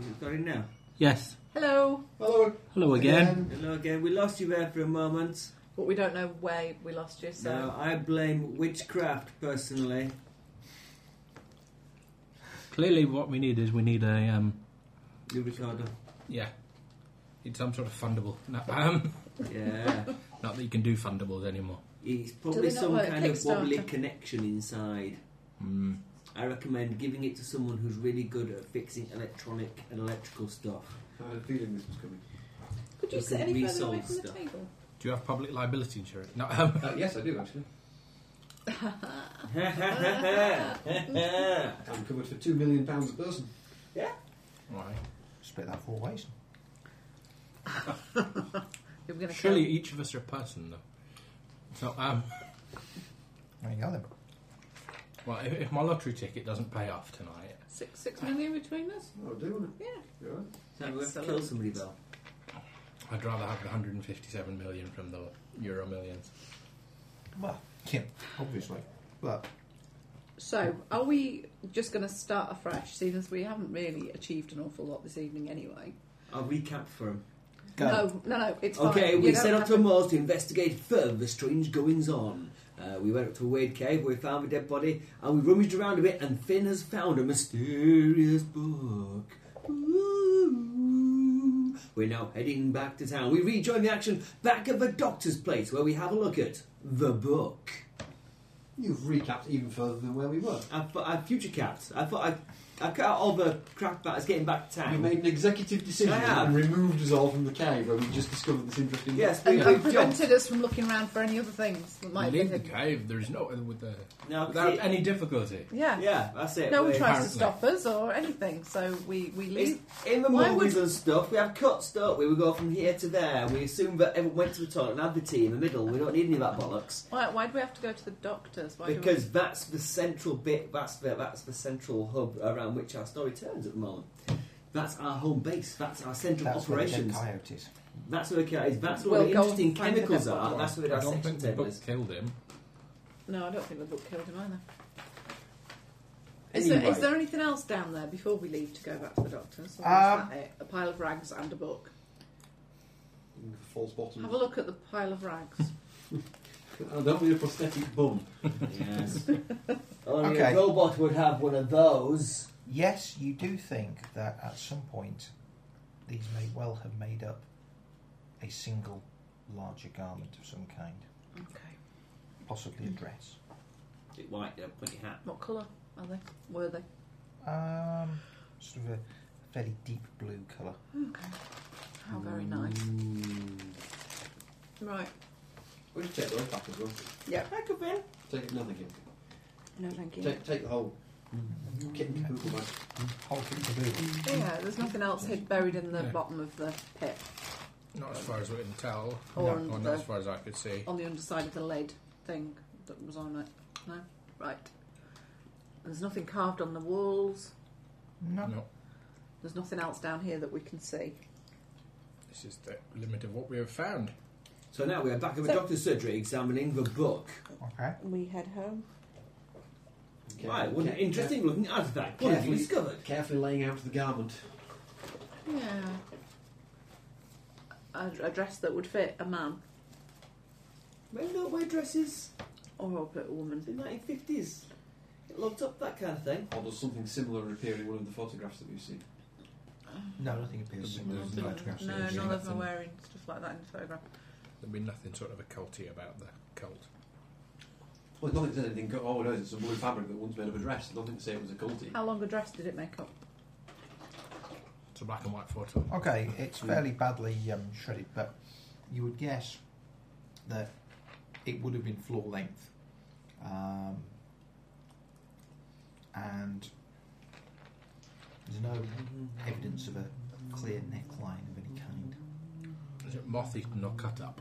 Is it going now? Yes. Hello. Hello Hello again. Hello again. We lost you there for a moment. But we don't know where we lost you, so No, I blame witchcraft personally. Clearly, what we need is we need a um, You, Ricardo. yeah, it's some sort of fundable. No, um, Yeah. not that you can do fundables anymore. It's Do probably they not some work kind of wobbly Kickstarter? connection inside. Mm. I recommend giving it to someone who's really good at fixing electronic and electrical stuff. I had a feeling this was coming. could you You sit can any further away resolve from the stuff. table? Do you have public liability insurance? No. Um, Uh, yes, I do actually. yeah. I'm covered for two million pounds a person. why? Split that four ways. They were gonna Surely each of us are a person, though. So, um, There you go then. well, if, if my lottery ticket doesn't pay off tonight, count six six million between us. Oh, do want Yeah. it? You all right? So we have to kill somebody though. I'd rather have the 157 million from the Euro Millions. Well, Kim, obviously. But So are we just going to start afresh, seeing as we haven't really achieved an awful lot this evening anyway? I'll recap for him. go. No, no, no. It's Okay, fine. You we don't set off have to a mall to investigate further strange goings on. Uh, we went up to a Wade cave where we found a dead body and we rummaged around a bit and Finn has found a mysterious book. Ooh. We're now heading back to town. We rejoin the action back at the doctor's place where we have a look at the book. You've recapped even further than where we were. I, thought I future capped. I thought I, I cut out all the crap about us getting back to We town. made an executive decision I have. and removed us all from the cave where we just discovered this interesting. Yes, we, And that we've jumped. prevented us from looking around for any other things that might Leave be the cave. There's no with the, Now, without see- any difficulty. Yeah. yeah, that's it. No we- one tries to Apparently. stop us or anything, so we, we It's- leave. in the Why movies would- and stuff, we have cuts, don't we? We go from here to there. We assume that everyone went to the toilet and had the tea in the middle. We don't need any of that bollocks Why, why do we have to go to the doctors? Why do because that's the central bit. That's the that's the central hub around which our story turns at the moment. That's our home base. That's our central That's where they get operations. coyotes. That's where the cat is. That's where We'll all the go interesting find the chemicals dead are. body. That's where the I don't dissection think the table book is. killed him. we... No, I don't think the book killed him either. Is, Anyway, there, is there anything else down there before we leave to go back to the doctors? Or is that Um, it? A pile of rags and a book. False bottom. Have a look at the pile of rags. I don't need a prosthetic bum. yes. Only Okay. Oh, a robot would have one of those. Yes, you do think that at some point these may well have made up a single larger garment of some kind, okay. possibly a dress. White, uh, pointy hat. What colour are they? Were they? Um, sort of a fairly deep blue colour. Okay. How very nice. Mm. Right. We'll just take those back as well. Yeah. Take nothing in. No, thank you. Take, take the whole kit and caboodle back. Whole kit and caboodle. Yeah, there's nothing else hid buried in the Yeah. bottom of the pit Not as far as we can tell, Or No, or the- not as far as I could see. on the underside of the lead thing that was on it. No, right. There's nothing carved on the walls. No. No, There's nothing else down here that we can see. this is the limit of what we have found. So now we are back at the So- doctor's surgery examining the book. Okay. We head home. Okay. Right, what an Okay. interesting looking artifact. What have you Carefully, discovered? carefully laying out the garment. Yeah. A, a dress that would fit a man Men don't wear dresses or a little It's woman. in the 1950s. It locked up that kind of thing. Or does something similar appear in one of the photographs that we've seen? No, nothing appears Doesn't similar there's to no the look photographs. no, that I've seen. none of them are wearing stuff like that in the photograph. There'd be nothing sort of occulty about the cult. Well, nothing says anything. co- Oh, no, it's some blue fabric that once made of a dress. Nothing to say it was a culty. How long a dress did it make up? It's a black and white photo. Okay, it's fairly badly um, shredded, but you would guess that it would have been floor length. Um, and there's no evidence of a clear neckline of any kind. Is it moth eaten or cut up?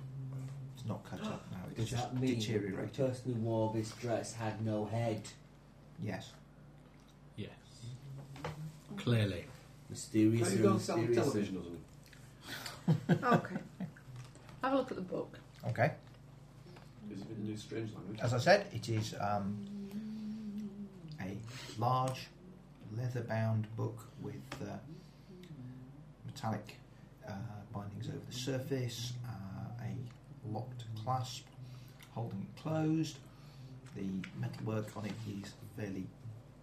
It's not cut up now, it's Does just that mean the deteriorated. person who wore this dress had no head? Yes. Yes. Clearly. Mysterious. Maybe and go and sell on mysterious. television or something. okay. Have a look at the book. Okay. It's a bit of new strange language. As I said, it is um, a large leather bound book with uh, metallic uh, bindings over the surface, uh, a locked clasp holding it closed. The metalwork on it is fairly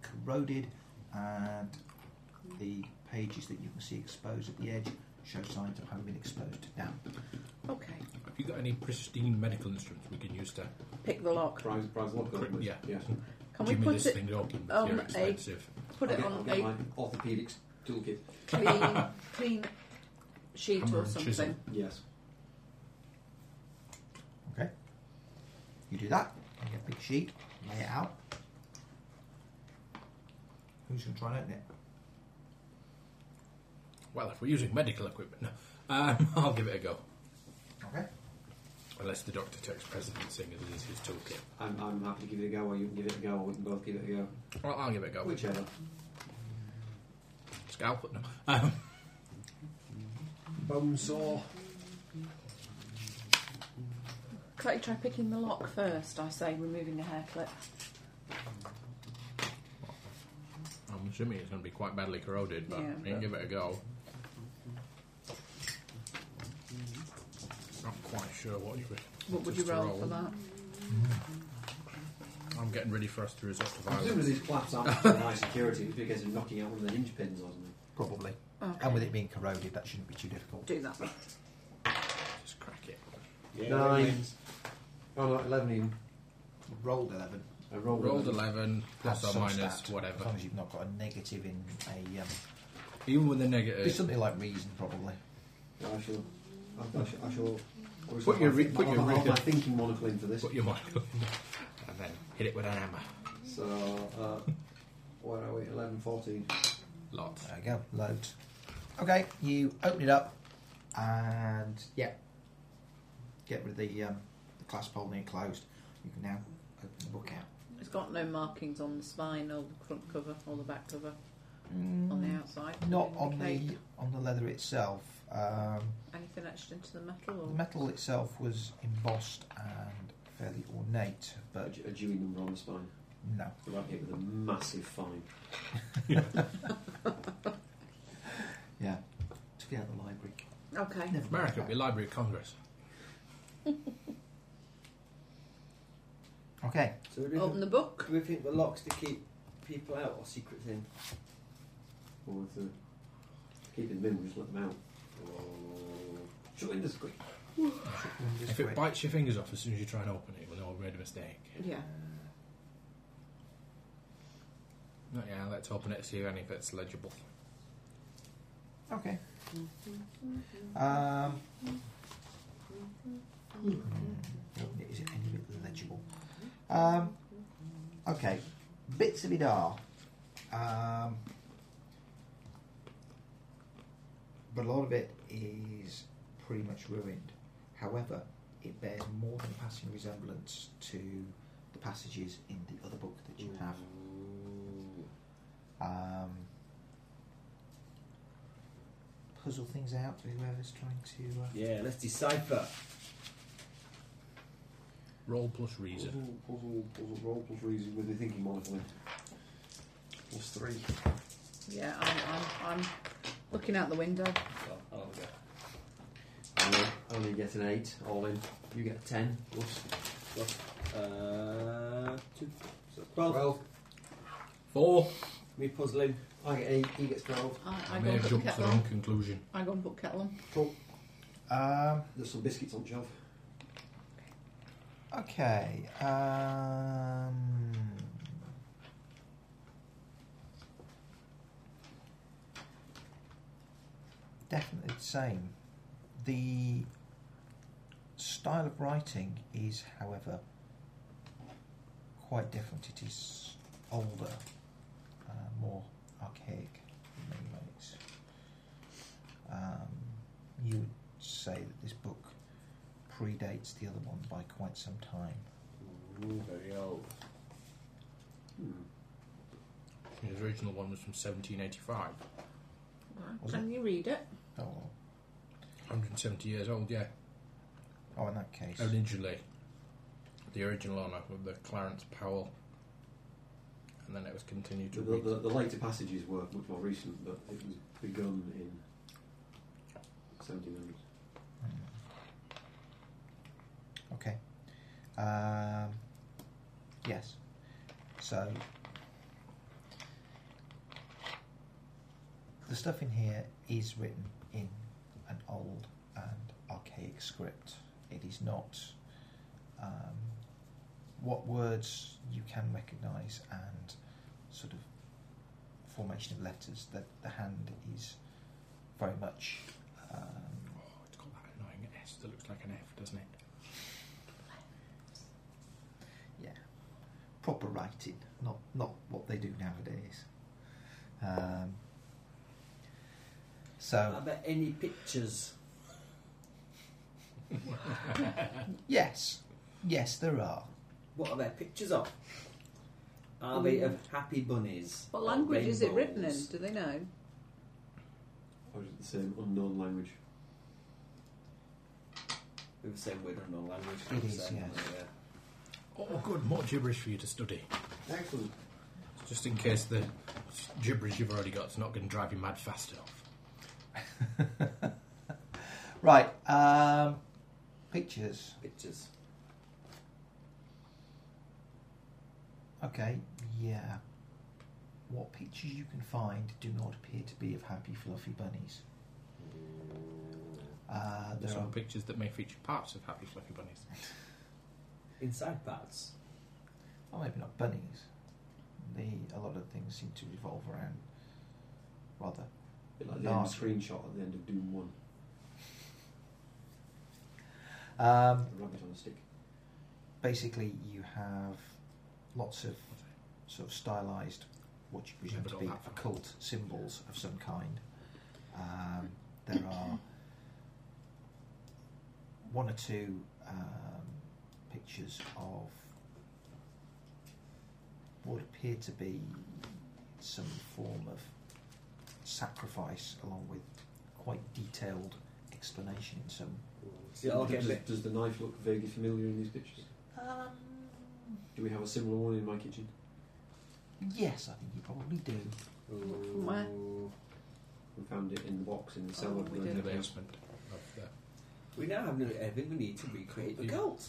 corroded, and the pages that you can see exposed at the edge show signs of having been exposed to damp. Okay. Have you got any pristine medical instruments we can use to Pick the lock. Prize, prize lock, Cri- open it. yeah. yeah. Can we jimmy put this it thing open with on your a- expensive? put it I'll get, I'll on get a my orthopedics toolkit. clean clean sheet Hammer or and something? chisel. Yes. Okay. You do that. Make a big sheet. Lay it out. Who's going to try and open it? Well, if we're using medical equipment, no. um, I'll give it a go. Okay. Unless the doctor takes precedence, seeing as it is his toolkit. I'm, I'm happy to give it a go, or you can give it a go, or we can both give it a go. Well, I'll give it a go. Whichever. Scalpel? No. Um, Bone saw. Can I try picking the lock first? I say, removing the hair clip. I'm assuming it's going to be quite badly corroded, but Yeah. we can give it a go. Not quite sure what you would. What would you just to roll, for that? I'm getting ready for us to resort to Presumably violence. these claps aren't for my security, it's because of knocking out one of the hinge pins or something. Probably. Okay. And with it being corroded, that shouldn't be too difficult. Do that. Just crack it. Nine. Oh, no, 11 even. You rolled 11. I rolled, Rolled 11, plus Add or some minus, stat, As whatever. long as you've not got a negative in a. Um, Even with the do negative. something like reason, probably. I shall. I, I shall. I shall Put your re- put I'll- your I'll- I'll record- my thinking monocle in for this. Put your monocle in and then hit it with an hammer. So, uh, where are we? 11, 14. Lots. There we go. Loads. Okay. You open it up, and yeah, get rid of the um, the clasp holding it closed. You can now open the book out. It's got no markings on the spine or the front cover or the back cover on the outside. Not Anything on the indicate on the leather itself. Um, anything etched into the metal the or metal itself was embossed and fairly ornate, A, but ju- a Dewey number on the spine. no. We might hit with a massive fine. Yeah, took it out of the library. okay. Never mind America, that. it'll be Library of Congress. Okay. So do we, Open think, the book. do we think the locks to keep people out or secrets in? Or if the keeping them in, we just let them out. Or shut in this quick. Windows If it quick. bites your fingers off as soon as you try and open it, we'll know we made a mistake. Yeah. Not yeah, let's open it, see if any of it's legible. Okay. Um, mm, Hmm. is it any bit legible? Um, okay. Bits of it are. Um, but a lot of it is pretty much ruined. However, it bears more than passing resemblance to the passages in the other book that Mm. you have. Um, puzzle things out for whoever's trying to. Uh, Yeah, let's decipher. Roll plus Puzzle, reason. puzzle, puzzle, roll plus reason with the thinking monocle in. Plus three. Yeah, I'm, I'm, I'm looking out the window. Well, oh, I'll have a go. I only get an eight, all in. You get a ten. Plus Uh, two, so 12. Four. Me puzzling. I get eight, he gets twelve. I, I I may go have and put the jumped to kettle the wrong on. conclusion. I go and put kettle on. Cool. Um, There's some biscuits on the shelf. okay. Um, definitely the same. The style of writing is, however, quite different. It is older, uh, more archaic in many ways. Um, you would say that this book predates the other one by quite some time. very old. Hmm. His original one was from 1785. Was Can you read it? Oh, 170 years old, yeah. oh in that case. Originally, the original honour with the Clarence Powell. And then it was continued to The, the, read. the, the later passages were much more recent, but it was begun in 1700. Okay. Um, yes. So the stuff in here is written in an old and archaic script. It is not um, what words you can recognise and sort of formation of letters. That the hand is very much. Um, Oh, it's got that annoying S that looks like an F, doesn't it? yeah, proper writing, not not what they do nowadays. Um, Are so there any pictures? yes, yes, there are. What are there pictures of? Are they of happy bunnies? Mm. What or language is it written in? rainbows? Do they know? Or is it the same unknown language? We've the same word on language. It is, so, yes. yeah. Oh, good, more gibberish for you to study. Excellent. Just in case the gibberish you've already got's not going to drive you mad fast enough. Right, um, pictures. Pictures. Okay, yeah. What pictures you can find do not appear to be of happy, fluffy bunnies. Uh, There's there are some pictures that may feature parts of Happy Fluffy Bunnies. Inside parts. Or oh, maybe not bunnies. They, a lot of things seem to revolve around rather. bit like the end Dark. screenshot at the end of Doom 1. Um, A rabbit on a stick. basically, you have lots of sort of stylized, what you presume Remembered to all be that. occult symbols of some kind. Um, there are one or two um, pictures of what appear to be some form of sacrifice, along with quite detailed explanation in some Yeah, I'll get a does, bit- does the knife look vaguely familiar in these pictures? Um. Do we have a similar one in my kitchen? Yes, I think you probably do. From where? Ooh. We found it in the box in the cellar. Oh, of we the In did. the house. basement of the. We now have no everything we need to recreate the Yeah. cult.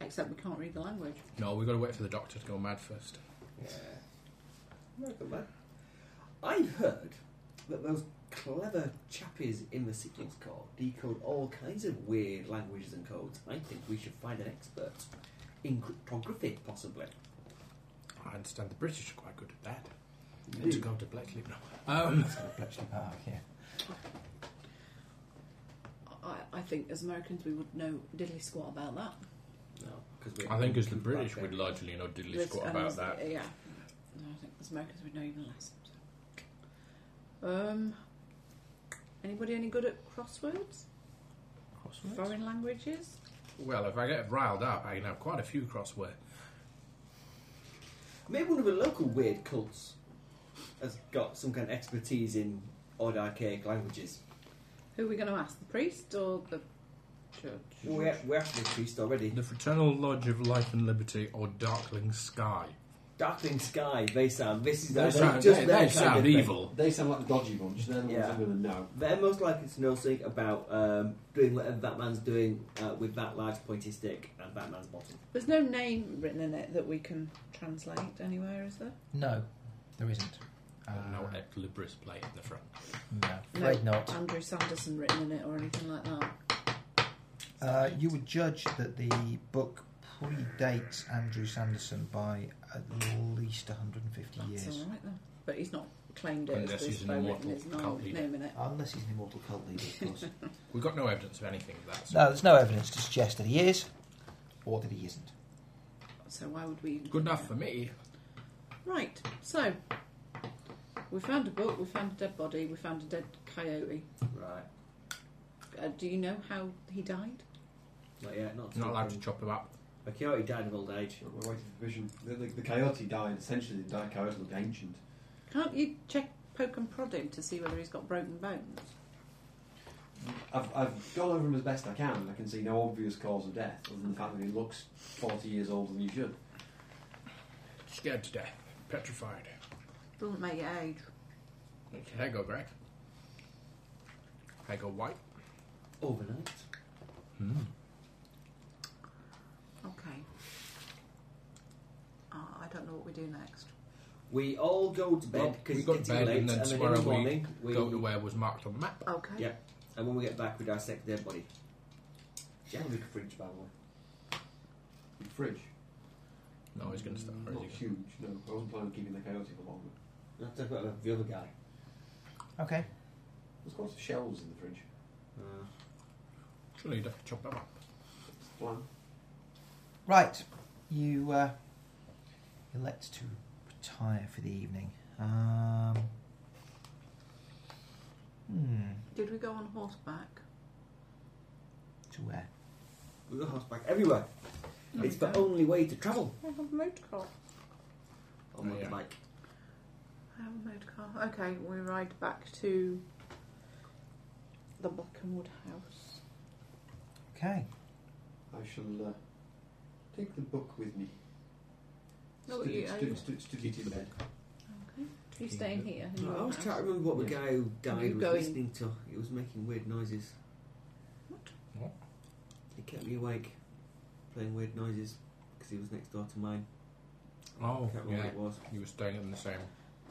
Except we can't read the language. No, we've got to wait for the doctor to go mad first. Yeah. No, good man. I've heard that those clever chappies in the signals corps decode all kinds of weird languages and codes. I think we should find an expert in cryptography, possibly. I understand the British are quite good at that. Let's go to Bletchley now. Um, Bletchley Park, yeah. I, I think as Americans we would know diddly squat about that. No, because I think as the British would largely know diddly Let's- squat and about as- that. Yeah. No, I think as Americans would know even less. so. Um. Anybody any good at crosswords? Crosswords. Foreign languages? Well, if I get riled up, I can have quite a few crossword. Maybe one of the local weird cults has got some kind of expertise in odd archaic languages. Who are we going to ask? The priest or the church? Well, we're, we're after the priest already. The Fraternal Lodge of Life and Liberty or Darkling Sky. Darkling Sky, they sound. This is They I think sound, just they, their they kind of sound thing. evil. They sound like the dodgy bunch. They're the Yeah. ones I'm going to know. They're most likely to know something about um, doing whatever that man's doing uh, with that large pointy stick and that man's bottom. There's no name written in it that we can translate anywhere, is there? No, there isn't. Uh, And no ex libris plate in the front. no, afraid not. Andrew Sanderson written in it or anything like that. Uh, you would judge that the book predates Andrew Sanderson by at least 150 That's years. all right then. But he's not claimed it Unless as he's this an by written immortal his name, cult leader. name in it. Unless he's an immortal cult leader, of course. We've got no evidence of anything of that. So no, there's no evidence to suggest that he is, or that he isn't. So why would we? even Good think enough that? for me. Right. So we found a book. We found a dead body. We found a dead coyote. Right. Uh, do you know how he died? Not yet. Not, Not allowed to chop them up. A coyote died of old age. We're waiting for vision. The, the, the coyote died. Essentially, the di- coyote looked ancient. Can't you check, poke and prod him to see whether he's got broken bones? I've, I've gone over him as best I can, and I can see no obvious cause of death other than the fact that he looks 40 years older than he should. Scared to death. Petrified. Doesn't make it age. Hair go grey. Hair go white. overnight. Okay. Uh, I don't know what we do next. We all go to bed Well, because we got it's to getting bed late, and then and then in tomorrow the we morning we, Go to where it was marked on the map. Okay. Yeah. And when we get back, we dissect their body. Do you have a big fridge, by the way? Fridge. No, he's going to start Not crazy. huge, no. I wasn't planning on keeping the coyote for longer. Not talking about the other guy. Okay. There's quite some shelves in the fridge. Uh, Surely you'd have to chop that up. It's the plan. Right, you uh, elect to retire for the evening. Um, hmm, Did we go on horseback? to where? we go horseback everywhere. It's the Okay. only way to travel I have a motor car. on Oh, the yeah. bike. I have a motor car. Okay, we ride back to the Blackenwood house. Okay. I shall uh, take the book with me. No, Study- you- stu- I- stu- study it in bed. Okay. You staying here? in your I was house? trying to remember what the Yeah. guy who You died was going? listening to. It was making weird noises. What? What? It kept me awake, playing weird noises because he was next door to mine. I Oh, can't remember yeah. what it was. You were staying in the same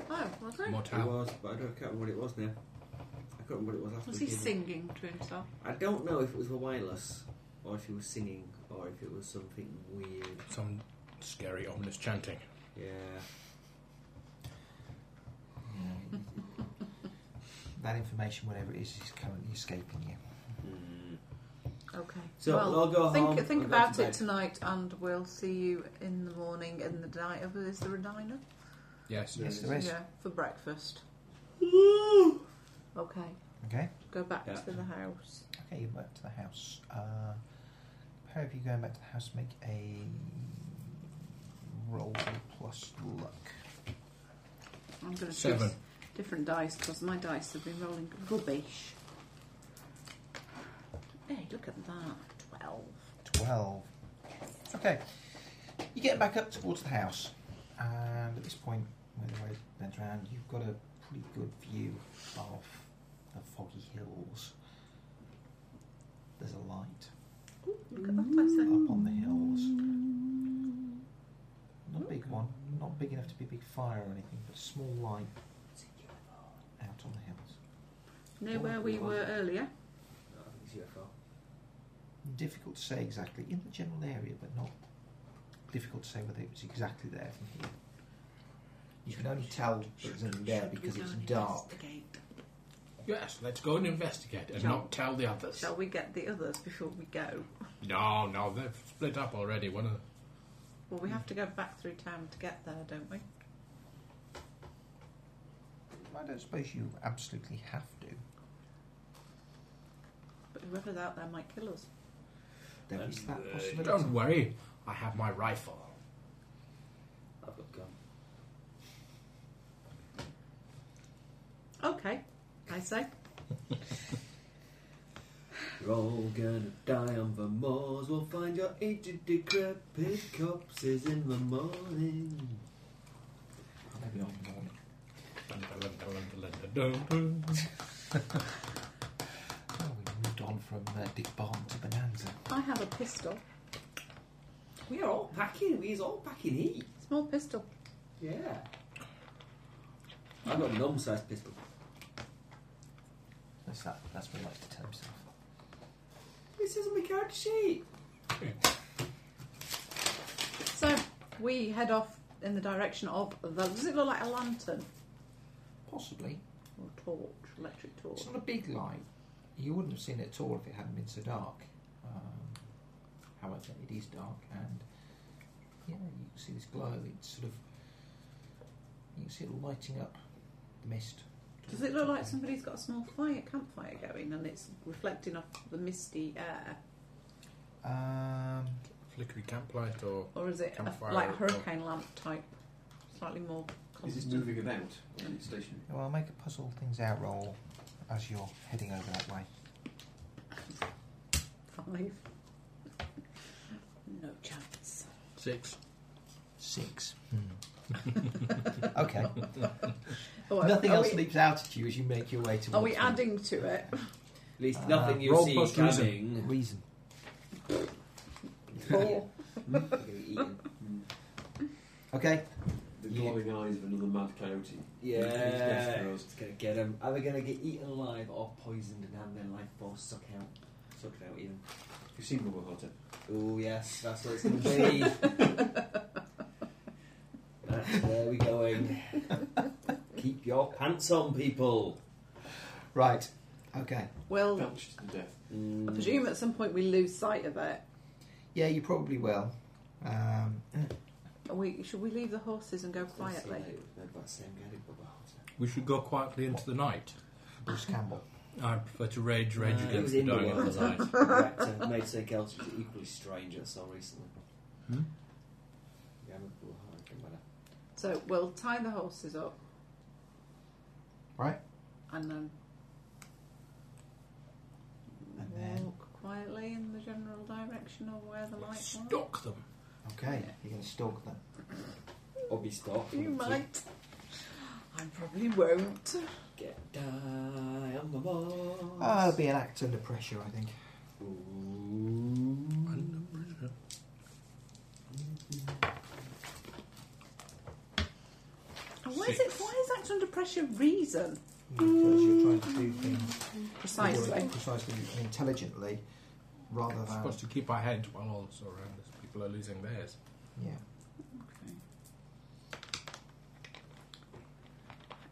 Oh, was he? It motel. was, but I, don't, I can't remember what it was now. I can't remember what it was last Was he week either. singing to himself? I don't know if it was the wireless, or if he was singing, or if it was something weird. Some scary, ominous chanting. Yeah. That information, whatever it is, is currently escaping you. Mm. Okay. So well, we'll go think home. think we'll go about to it bed. tonight, and we'll see you in the morning in the diner. Is there a diner? Yes. Yeah. Yes, there is. Yeah, for breakfast. okay, Okay. go back Yeah. to the house. Okay, you back to the house. Uh, pair of you going back to the house, make a roll plus luck. I'm going to Seven. choose different dice because my dice have been rolling rubbish. Hey, look at that. Twelve. 12. Okay. You get back up towards the house, and at this point, where the road bends round, you've got a pretty good view of the foggy hills. There's a light Ooh, look at that place there. up on the hills. Not a big one, not big enough to be a big fire or anything, but a small light out on the hills. Near where we were earlier. No, I think it's UFO. Difficult to say exactly, in the general area, but not difficult to say whether it was exactly there from here. You can only tell that there's nothing there because We it's can't dark. investigate. Yes, let's go and investigate and Shall- not tell the others. Shall we get the others before we go? No, no, they've split up already. One of them. Well, we have to go back through town to get there, don't we? I don't suppose you absolutely have to. But whoever's out there might kill us. There is that Uh, possibility. don't worry, I have my rifle. I've got gum. Okay, I say. You're all gonna die on the moors. We'll find your aged decrepit corpses in the morning. Maybe not in the morning. Dun, dun, dun, dun, dun, dun, dun, dun. Oh, we moved on from uh, Dick Barton to Bonanza. I have a pistol. We are all packing. We is all packing heat. Small pistol. Yeah. I've got a normal-sized pistol. That's that. That's what he likes to tell himself. It says on my character sheet. So we head off in the direction of the. Does it look like a lantern Possibly. or torch, electric torch? It's not a big light. You wouldn't have seen it at all if it hadn't been so dark. Um, however, it is dark, and yeah, you can see this glow. It's sort of you can see it lighting up the mist. Does it look like somebody's got a small fire, campfire going, and it's reflecting off the misty air, Um, Flickery camplight or or is it a, Campfire like a or- hurricane lamp type, slightly more Is it constant? moving about? Or is it stationary? well, I'll make a puzzle things out roll as you're heading over that way. Five. No chance. six? Six. Hmm. okay. Oh, Nothing are else we- leaps out at you as you make your way towards. Are we them. adding to it? At least Uh, nothing you roll see plus coming. Reason. Four. You're gonna be eaten. Okay. The You- glowing eyes of another mad coyote. Yeah, Yes, it's gonna get them. Either gonna get eaten alive or poisoned and have their life force suck out, sucked out even. You've seen Rubber Hotter. Oh yes, that's what it's gonna be. that's where we're going. Keep your pants on, people. Right. Okay. Well, Belched to death. Mm. I presume at some point we lose sight of it. Yeah, you probably will. Um, Are we, should we leave the horses and go That's all quietly? right, remember that same guy did Bubba Hotep. We should go quietly into the night. Bruce Campbell. I prefer to rage, rage No, Uh, it against was the in the dying of world. the night. The actor made something else which was equally strange that I saw recently. Hmm? Yeah, I'm a Bubba Hotep, I remember So we'll tie the horses up Right. and then And walk then- quietly in the general direction of where the light was. Stalk them. Okay. You're going to stalk them. Or be stopped. You might. I probably won't. Get die on the ball. Uh, it'll be an act under pressure, I think. Why is it? Why is action under pressure reason? Because you're trying to do things Precisely. precisely and intelligently rather We're than. supposed to keep our heads while all that's around us. People are losing theirs. Yeah.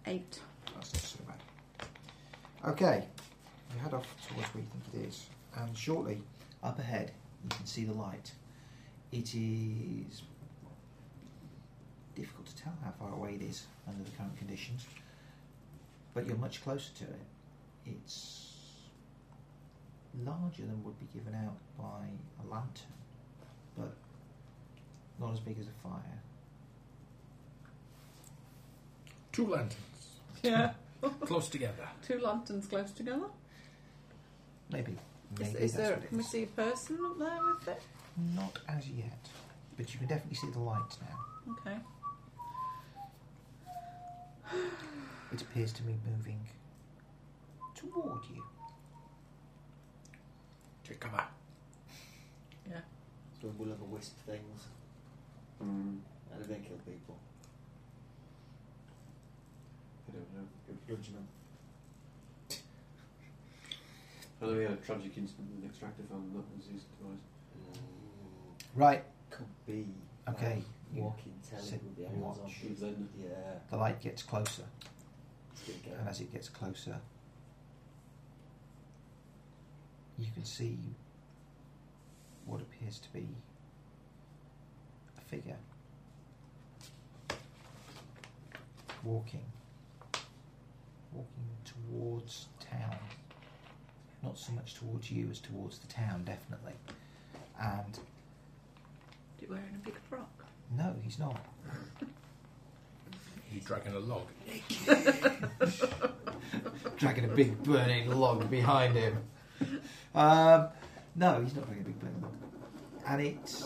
Eight. That's not so bad. Okay, we head off towards where you think it is, and shortly up ahead you can see the light. It is difficult to tell how far away it is under the current conditions, but you're much closer to it. It's larger than would be given out by a lantern, but not as big as a fire. Two lanterns Yeah. close together. Two lanterns close together. Maybe. Is, Maybe is that's there? what it Can we is. see a person up there with it? Not as yet, but you can definitely see the light now. Okay. It appears to be moving toward you. Take cover. So we'll have a wisp things. Mm, And they kill people. I don't know. You're judging them. I know he had a tragic incident with an extractor fan, and that was his device. Mm. Right. Could be. Okay. Like, walking telly sit with the and eyes on. watch. He was then Yeah. The light gets closer, It's gonna go. and as it gets closer, you can see what appears to be a figure walking, walking towards town. Not so much towards you as towards the town, definitely. And Do you wearing a big frock? no, he's not. He's dragging a log. dragging a big burning log behind him. Um, no, he's not dragging a big burning log. And it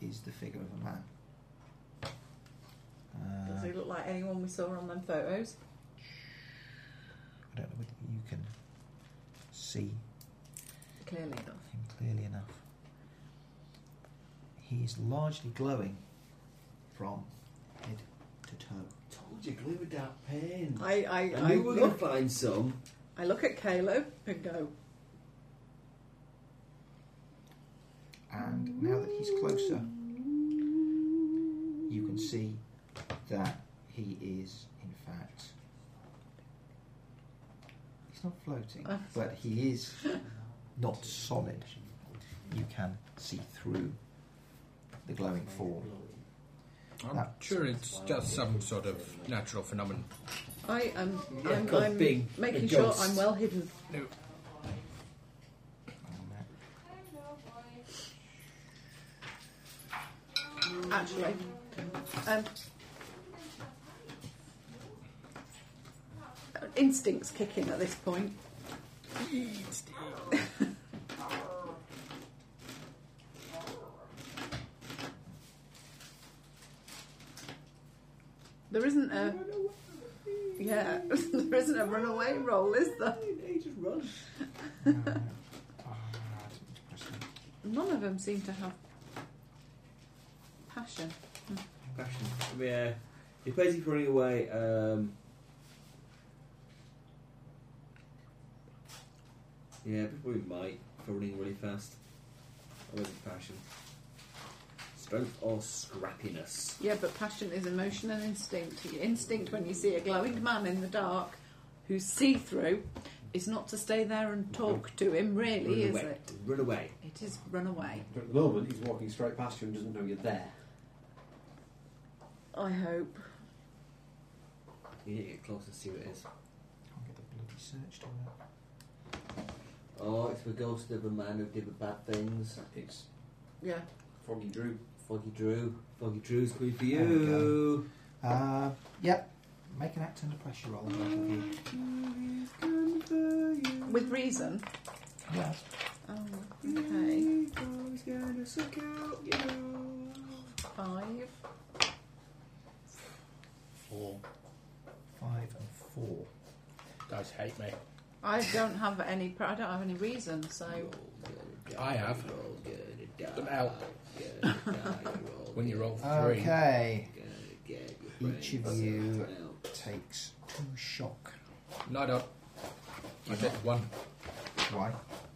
is the figure of a man. Uh, Does he look like anyone we saw on them photos? I don't know whether you can see Clearly not. him clearly enough. He is largely glowing from head to toe. Told you, glue with that pen. I I I, I knew we were gonna look, find some. I look at Caleb and go. And now that he's closer, you can see that he is, in fact, he's not floating, Oh. but he is not solid. You can see through the glowing form. I'm That's- sure it's just some sort of natural phenomenon. I am. I've I'm, got I'm big making sure ghosts. I'm well hidden. Actually, um, instincts kicking at this point. there isn't a. Yeah, Yeah, there isn't a runaway roll, is there? Hey, just run. Uh, uh, I didn't press that. None of them seem to have passion. Passion. Yeah. He pays you for running away. Um, yeah, probably might for running really fast. Or is it passion? Strength or scrappiness? Yeah, but passion is emotion and instinct. Your instinct when you see a glowing man in the dark who's see through is not to stay there and talk to him, run really, is away. it? Run away. It is run away. But at the moment, he's walking straight past you and doesn't know you're there. I hope. You need to get close and see what it is. Can't get the bloody search to work. Oh, it's the ghost of a man who did the bad things. It's Yeah. Foggy Drew. Foggy Drew. Foggy Drew's coming for There we you. Uh, yep. Make an act under pressure roll. on both of you. With reason. Yes. Oh, okay. Five. Four. Five and four. Guys hate me. I don't have any. Pr- I don't have any reason. So I have. Don't help. When you roll three. Okay. Each of you takes two shock. No, I don't. I take one. Why?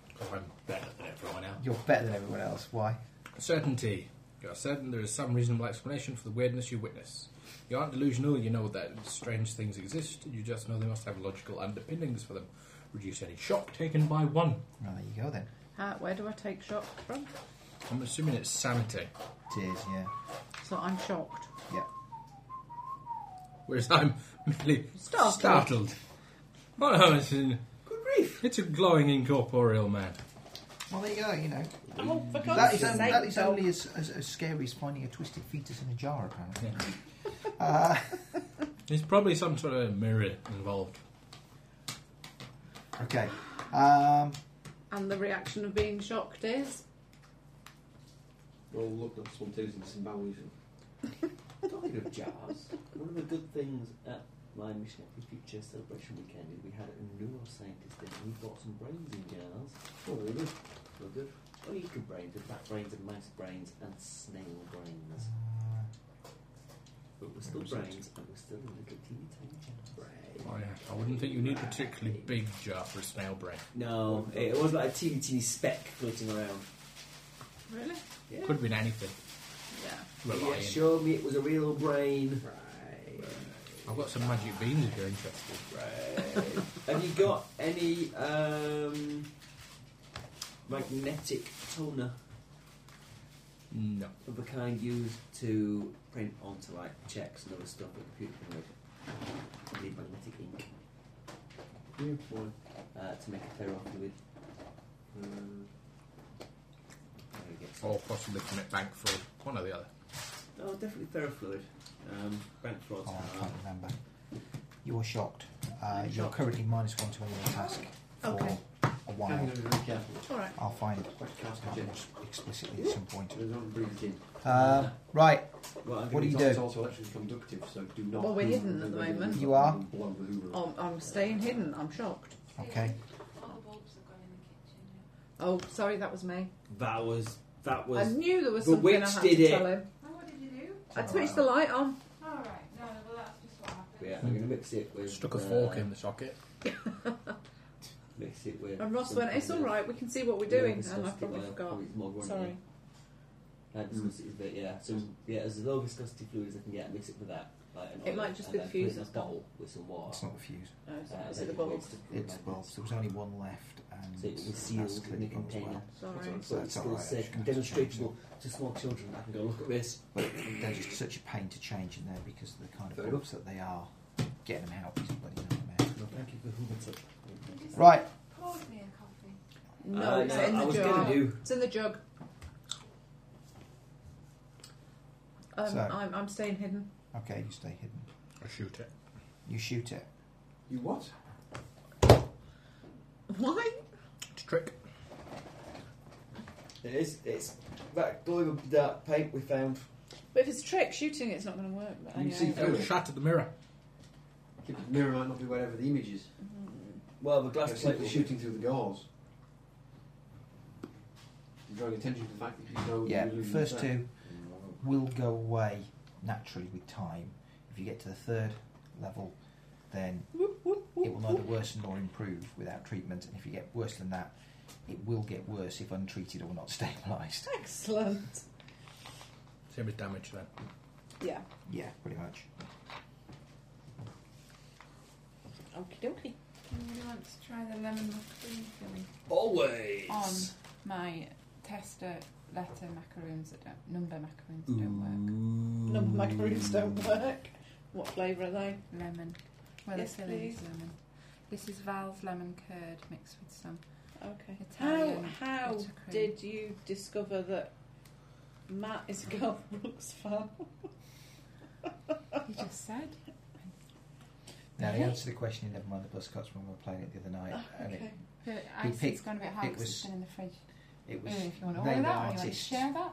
Because I'm better than everyone else. You're better than everyone else. Why? Certainty. You are certain there is some reasonable explanation for the weirdness you witness. You aren't delusional, you know that strange things exist, you just know they must have logical underpinnings for them. Reduce any shock taken by one. Well, there you go then. how, where do I take shock from? I'm assuming it's sanity. Tears, yeah. So I'm shocked. Yep. Whereas I'm merely Startled. startled. Oh no, it's, an- Good grief. it's a glowing incorporeal man. Well, there you go, you know. Oh, for God's That is, on- sake, that is Dom. only as, as, as scary as finding a twisted fetus in a jar, apparently. Yeah. Uh, There's probably some sort of mirror involved. okay. Um, And the reaction of being shocked is Well, Oh, look, that's one too, some bad reason. Talking of jars, one of the good things at my Mission at the Future celebration weekend is we had a neuroscientist in and he bought some brains in jars. Oh, really? Well, good. Only you could brains, there's bat brains and mouse brains and snail brains. But we're still brains and we're still in little teeny tiny jars. Oh, yeah. I wouldn't think you need a particularly big jar for a snail brain. No, it was like a teeny teeny speck floating around. really. Yeah. Could have been anything. Yeah. We're Yeah, lying. show me it was a real brain. I've got some magic beans if you're interested. Right. Have you got any um, magnetic toner No. of the kind used to print onto like checks and other stuff that the computer can read? You need magnetic ink Yeah, why? uh, to make a ferocity with. Um, There we go. Or possibly commit bank fraud. One or the other. No, definitely ferrofluid. Um, bank frauds. oh, I are- can't remember. You are shocked. Uh, I'm you're shocked. currently minus one to any other task for Okay. a I'm while. going to be very careful. All right. I'll find Quite cast that magic. more explicitly at some point. They don't breathe in. Um, right. Well, I'm What do gonna you be- do? It's also electrically conductive, so do not. Well, we're Hoover hidden at the regularly moment. You are? Blow the Hoover. I'm, I'm staying hidden. I'm shocked. Okay. All the bulbs have gone in the kitchen. yeah. Oh, sorry, that was me. That was that I was. knew there was the something I witch had did to it. tell him. Oh, what did you do? I switched the light on. All right. No, no, well, that's just what happened. Yeah, I'm gonna mix it with. Stuck a uh, fork in the socket. Mix it with. And Ross went, "It's all something right. We can see what we're Yeah, doing." it's And I disgusting, probably well, forgot. it's more runny. Sorry. I discussed it a bit, yeah. So, yeah, as low viscosity fluid as I can get, mix it with that. Like an It olive, might just and be then the put it in fuse a that's gone. bottle with some water. It's not the fuse. No, it's Uh, not- is then it the you bulbs? mix it with It's magnets. bulbs. There was only one left, and So it was that's sealed in clearly a gone as container. well. Sorry. So That's it's still alright, safe actually, and that's demonstrable to small children. I can go, look at this. But they're just such a pain to change in there because of the kind of Fair bulbs that they are. Getting them out is a bloody nightmare. No, thank you for who You just Right. Poured me a coffee. No, Uh, it's no, in the I was jar. gonna do- It's in the jug. Um, So- I'm, I'm staying hidden. Okay, you stay hidden. I shoot it. You shoot it. You what? Why? It's a trick. It is, it's that glowing of dark paint we found. But if it's a trick shooting, it's not going to work. But You anyway, see It through was it. shot at the mirror. The mirror might not be wherever the image is. Well, the glass That's plate simply will shooting through the gauze. You're drawing attention to the fact that you know Yeah, you're losing first the set. two will go away naturally with time. If you get to the third level, then it will neither worsen nor improve without treatment. And if you get worse than that, it will get worse if untreated or not stabilised. Excellent. Same as damage then. Yeah. Yeah, pretty much. Okie dokie. Anybody Mm, want to try the lemon macaroon filling always. on my tester letter macaroons that don't number macaroons that don't work? Ooh. Number Mm. macaroons don't work. What flavour are they? Lemon. Well, Yes, the filling is please. lemon. This is Val's lemon curd mixed with some. Okay. Italian how how butter cream. did you discover that Matt is a Garth Brooks fan? You just said. Now, the Really? answer to the question, you never mind the Buzzcocks when we were playing it the other night. And okay. The ice picked- has gone a bit hard it because it's was- been in the fridge. it, it was Mm, if you want to they order were that, or you want to artists. share that.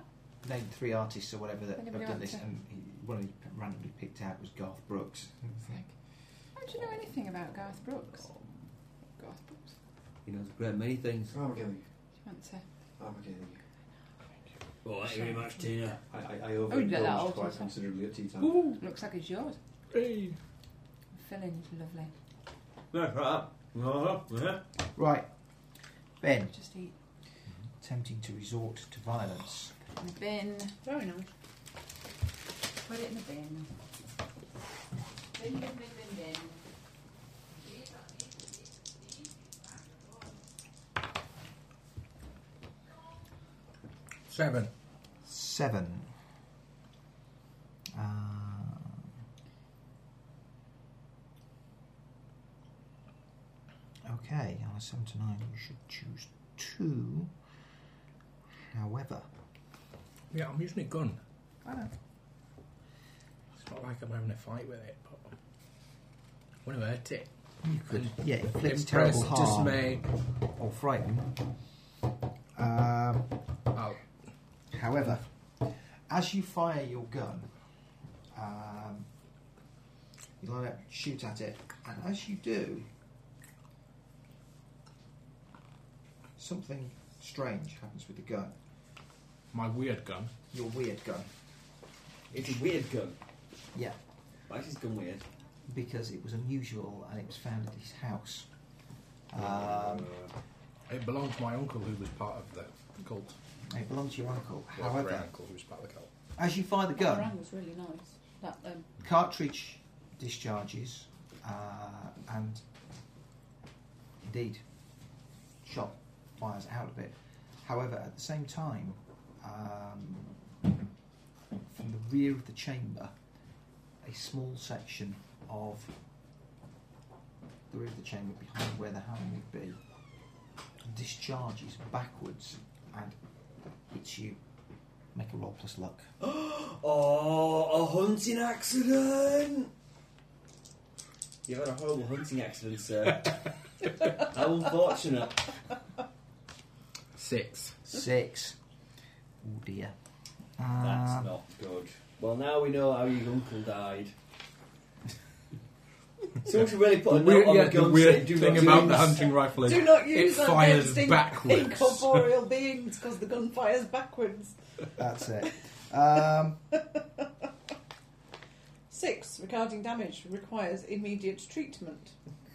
named three artists or whatever that Anybody have done want this, to- and he, one he randomly picked out was Garth Brooks. It's like, How do you know anything about Garth Brooks? Garth Brooks. He knows a great many things. I'm killing you. Do you want to? I'm killing you. Well, Oh, thank you very much, Tina. I, I, I Oh, did that all overindulged to quite yourself. considerably at tea time. Ooh. Looks like it's yours. Hey. The filling's lovely. That's right. Uh-huh. Yeah. Right, Ben, Just eat attempting to resort to violence. it in the bin. Very nice. Put it in the bin. Bin, bin, bin, bin, bin. Seven. Seven. Uh, okay, on a seven to nine, you should choose two. However, Yeah, I'm using a gun. I know. It's not like I'm having a fight with it, but I want to hurt it. you could, yeah, inflict Impress, terrible harm dismay. or frighten. Um, Oh, However, as you fire your gun, um, you line up, shoot at it, and as you do, something strange happens with the gun. my weird gun. Your weird gun, It's a weird gun. yeah, Why is this gun weird? because it was unusual and it was found at his house. Um, Uh, It belonged to my uncle who was part of the cult. it belonged to your Well, uncle. great However, uncle who was part of the cult. as you fire the That gun, meringue was really nice. That um, cartridge discharges, uh, and indeed, shot fires out of it. However, at the same time, um, from the rear of the chamber, a small section of the rear of the chamber behind where the hammer would be discharges backwards and hits you. Make a roll plus luck. Oh, a hunting accident! You've had a horrible hunting accident, sir. How unfortunate. Six. Six. Oh dear. That's Um, not good. Well, now we know how your uncle died. Someone should really put a The note weird, on yeah, the the gun weird saying, "Do thing not about do the this." hunting rifle is do not it use that fires against in- backwards. incorporeal beings because the gun fires backwards. That's it. Um, Six, regarding damage, requires immediate treatment.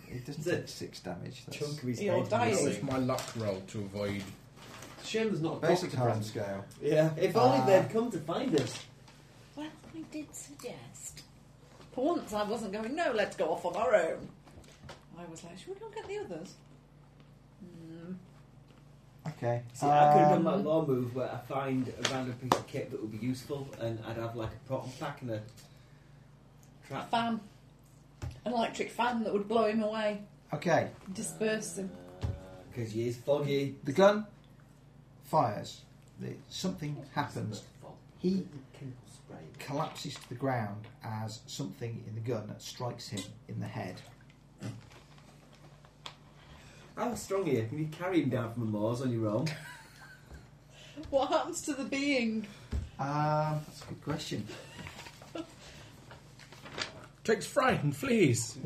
it doesn't Is it- take six damage. That's Chunk of his You're head dying. It's missing. my luck roll to avoid. Shame there's not a basic doctor harm present. scale. Yeah, if Uh, Ah. only they'd come to find us. Well, I did suggest. For once, I wasn't going, no, let's go off on our own. I was like, should we go and get the others? Mm. Okay. See, I could have done Um, my law move where I find a random piece of kit that would be useful, and I'd have like a proton pack and a A trap. fan. An electric fan that would blow him away, Okay. disperse him. Because Uh, he is foggy. The gun fires. The, Oh, something happens. He Chemical spray. collapses to the ground as something in the gun strikes him in the head. How strong are you? Can you carry him down from the moors on your own? Uh. What happens to the being? Um, that's a good question. takes fright and flees.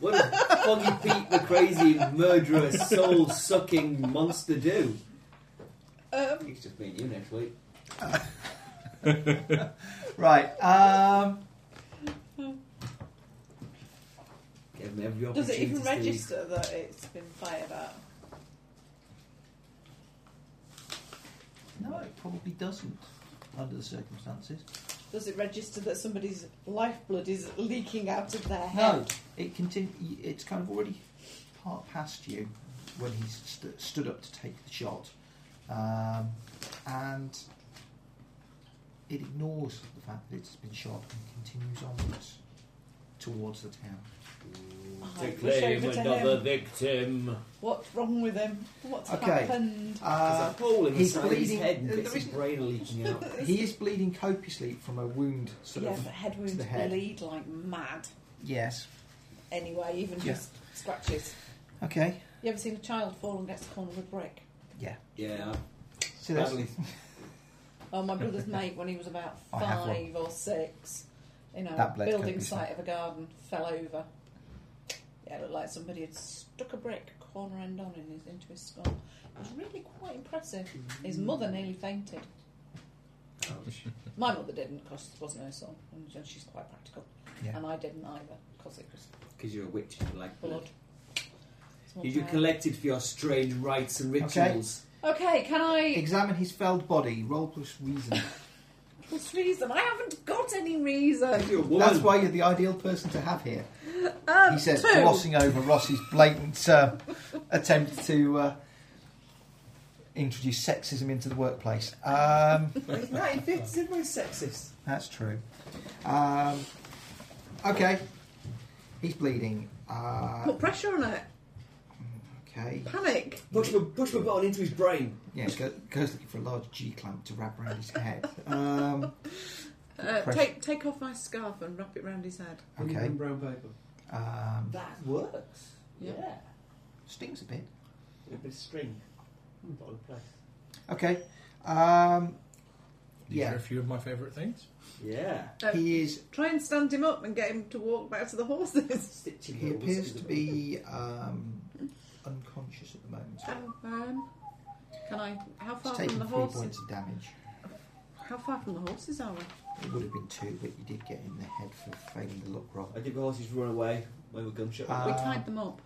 What did Foggy Pete the crazy murderer, soul sucking monster do? Um, It's just me and you next week. Right. Um, Give me every does it opportunity. even Steve. register that it's been fired at? no, it probably doesn't under the circumstances. Does it register that somebody's lifeblood is leaking out of their No, head? it continu- It's kind of already part past you when he st- stood up to take the shot, um, and it ignores the fact that it's been shot and continues onwards towards the town. Mm. Oh, I To wish claim over to another him. victim. What's wrong with him? What's Okay. happened? Uh, There's a hole in the he's side of his bleeding. head and Uh, bits there of is- brain are leaking out. he is bleeding copiously from a wound, sort yeah, of. but head wounds the head. bleed like mad. Yes. Anyway, even Yeah. just scratches. Okay. You ever seen a child fall and gets a corner of a brick? Yeah. Yeah, So that's Badly. Oh, my brother's mate, when he was about I have one. five or six, in a That blade building could be site of a garden, fell over. Yeah, it looked like somebody had stuck a brick corner end on in his, into his skull. It was really quite impressive. His Mm. mother nearly fainted. Ouch. My mother didn't because it wasn't her son, and she- she's quite practical. Yeah. And I didn't either because it was Because you're a witch and you like blood. blood. It's more You you bad. collected for your strange rites and rituals. Okay, can I? examine his felled body. Roll plus reason. What's reason? I haven't got any If reason. You're a woman. That's why you're the ideal person to have here. Um, He says, two. glossing over Ross's blatant uh, attempt to uh, introduce sexism into the workplace. Um, 1950s, everybody's sexist. that's true. Um, okay. He's bleeding. Uh, Put pressure on it. okay. Panic. Push my, push my button into his brain. Yeah, he go- goes looking for a large G clamp to wrap around his head. Um, Uh, Press- take take off my scarf and wrap it round his head. okay. Brown paper. Mm-hmm. Um, That works. Yeah. stings a bit. A bit of string. Hmm, not a place. Okay. Um, These Yeah. are a few of my favourite things. Yeah. Uh, he is Try and stand him up and get him to walk back to the horses. Stitching He holes appears is to a- be um, unconscious at the moment. Oh, um, can I? How It's far from taken the three horses? points of damage. How far from the horses are we? It would have been two, but you did get in the head for failing the luck roll. I think the horses run away when we're gunshot. Uh, we tied them up.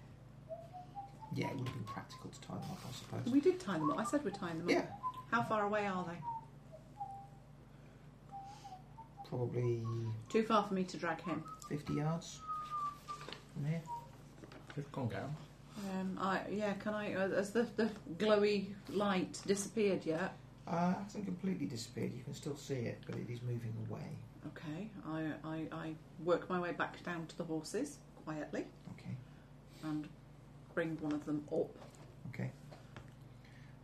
Yeah, it would have been practical to tie them up, I suppose. We did tie them up. I said we're tying them up. Yeah, How far away are they? probably Too far for me to drag him. 50 yards from here. Good Gone down. Um, I yeah. Can I? Uh, has the the glowy light disappeared yet? Uh, it hasn't completely disappeared. You can still see it, but it is moving away. Okay. I I, I work my way back down to the horses quietly Okay, and bring one of them up. okay.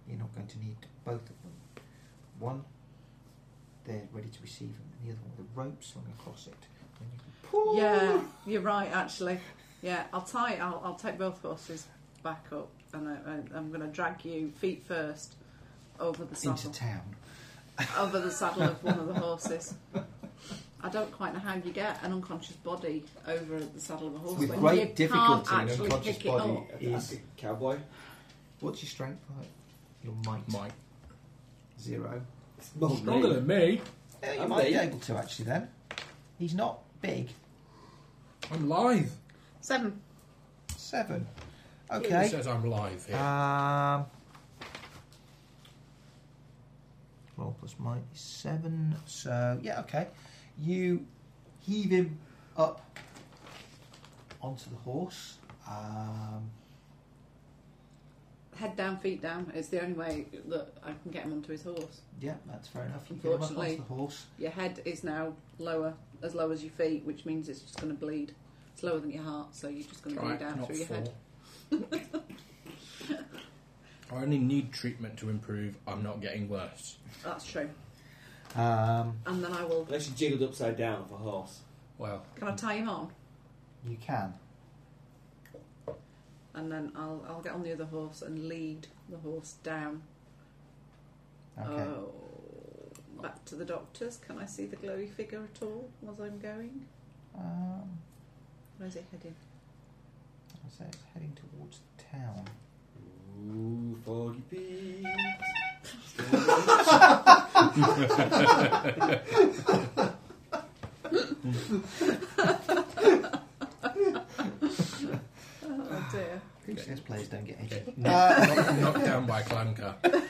You're not going to need both of them. One, they're ready to receive them, and the other one, with a rope slung across it. And you can pull. Yeah, you're right. Actually, yeah, I'll tie. I'll, I'll take both horses back up, and I, I, I'm going to drag you feet first over the into saddle, town. over the saddle of one of the horses. I don't quite know how you get an unconscious body over the saddle of a horse With when great you difficulty, an can't actually unconscious pick body. it up. is- Is cowboy. What's your strength like? Your might. Mike. Zero. Stronger than me. Yeah, you I'm might be big. able to actually then. He's not big. I'm live. Seven. Seven. It Okay. says I'm live here. Ah. Um. Roll plus might is seven. So yeah, okay. You heave him up onto the horse. Um, Head down, feet down. It's the only way that I can get him onto his horse. yeah, that's fair enough. You get him up onto Unfortunately. the horse. Your head is now lower, as low as your feet, which means it's just going to bleed. It's lower than your heart, so you're just going to bleed Right, out not through your head. full. I only need treatment to improve. I'm not getting worse. That's true. Um, And then I will. Unless you jiggled upside down off a horse. Well, Can I tie him on? you can. And then I'll I'll get on the other horse and lead the horse down. Okay. Oh, back to the doctors. Can I see the glowy figure at all as I'm going? Um, Where's it heading? I say it's heading towards town. Ooh, foggy peaks. Oh dear. Who says players don't get edgy? Knocked, knocked- knocked down by a clown car. The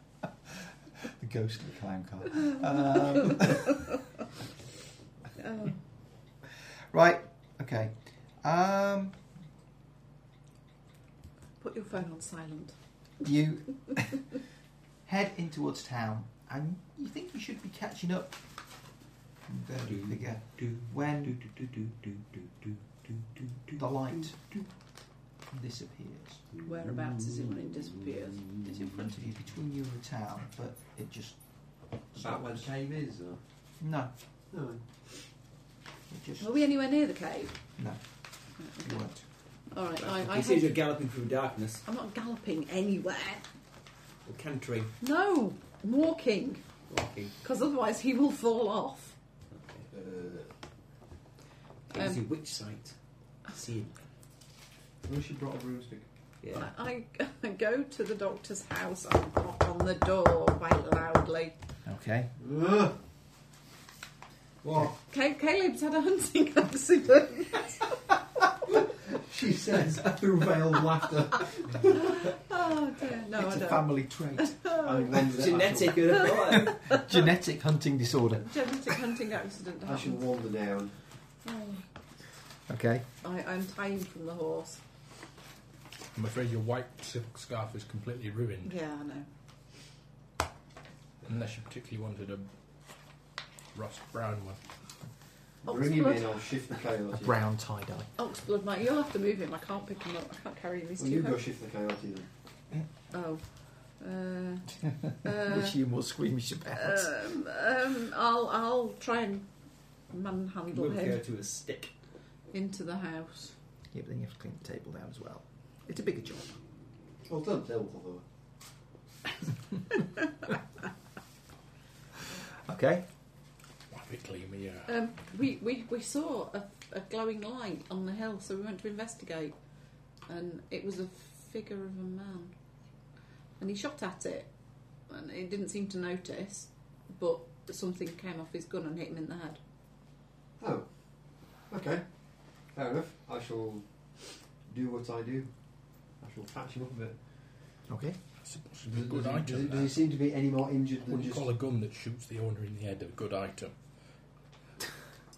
ghostly clown car. Um, Oh. Um. right. Okay. Um, Put your phone on silent. you head in towards town, and you think you should be catching up. There you Do, figure do, do, when do, do, do, do, do, do, do, do, do, the light do. disappears. Whereabouts is it when it disappears? It's in front of you, between you and the town, but it just About where the cave is, or? no, No. it just Mm. Are we anywhere near the cave? no. You Okay. won't. All right. I, I he says hope- you're galloping through darkness, I'm not galloping anywhere. or cantering, No, I'm walking, walking. because otherwise he will fall off. Gives Um, you which sight? Seeing. I wish you brought a broomstick. Yeah. I, I go to the doctor's house and knock on the door quite loudly. Okay. Ugh. What? Ca- Caleb's had a hunting accident. She says through veiled laughter. Oh dear, no, I it's a don't. family trait. Genetic, you know, Genetic hunting disorder. Genetic hunting accident I should happened. wander down. Oh, Okay. I, I'm tying from the horse. I'm afraid your white silk scarf is completely ruined, Yeah, I know. unless you particularly wanted a rust brown one. Bring him in, Oxblood, I'll shift the coyote. A brown tie dye. Oxblood, mate, you'll have to move him. I can't pick him up. I can't carry him. He's Well, too you go heavy. shift the coyote then. Oh. Uh, uh, Which you more squeamish about? um, um, I'll, I'll try and manhandle Move her him to a stick. into the house. yeah, but then you have to clean the table down as well. It's a bigger job. Well done, Tilt, although. Okay. Rapidly, yeah. Um, we, we, we saw a, a glowing light on the hill, so we went to investigate. And it was a figure of a man. And he shot at it, and it didn't seem to notice, but something came off his gun and hit him in the head. Oh. Okay. Fair enough. I shall do what I do. I shall patch him up a bit. Okay. That's a Does, good does, he, does, he, item. does he that. seem to be any more injured I than Wouldn't just. call a gun that shoots the owner in the head a good item.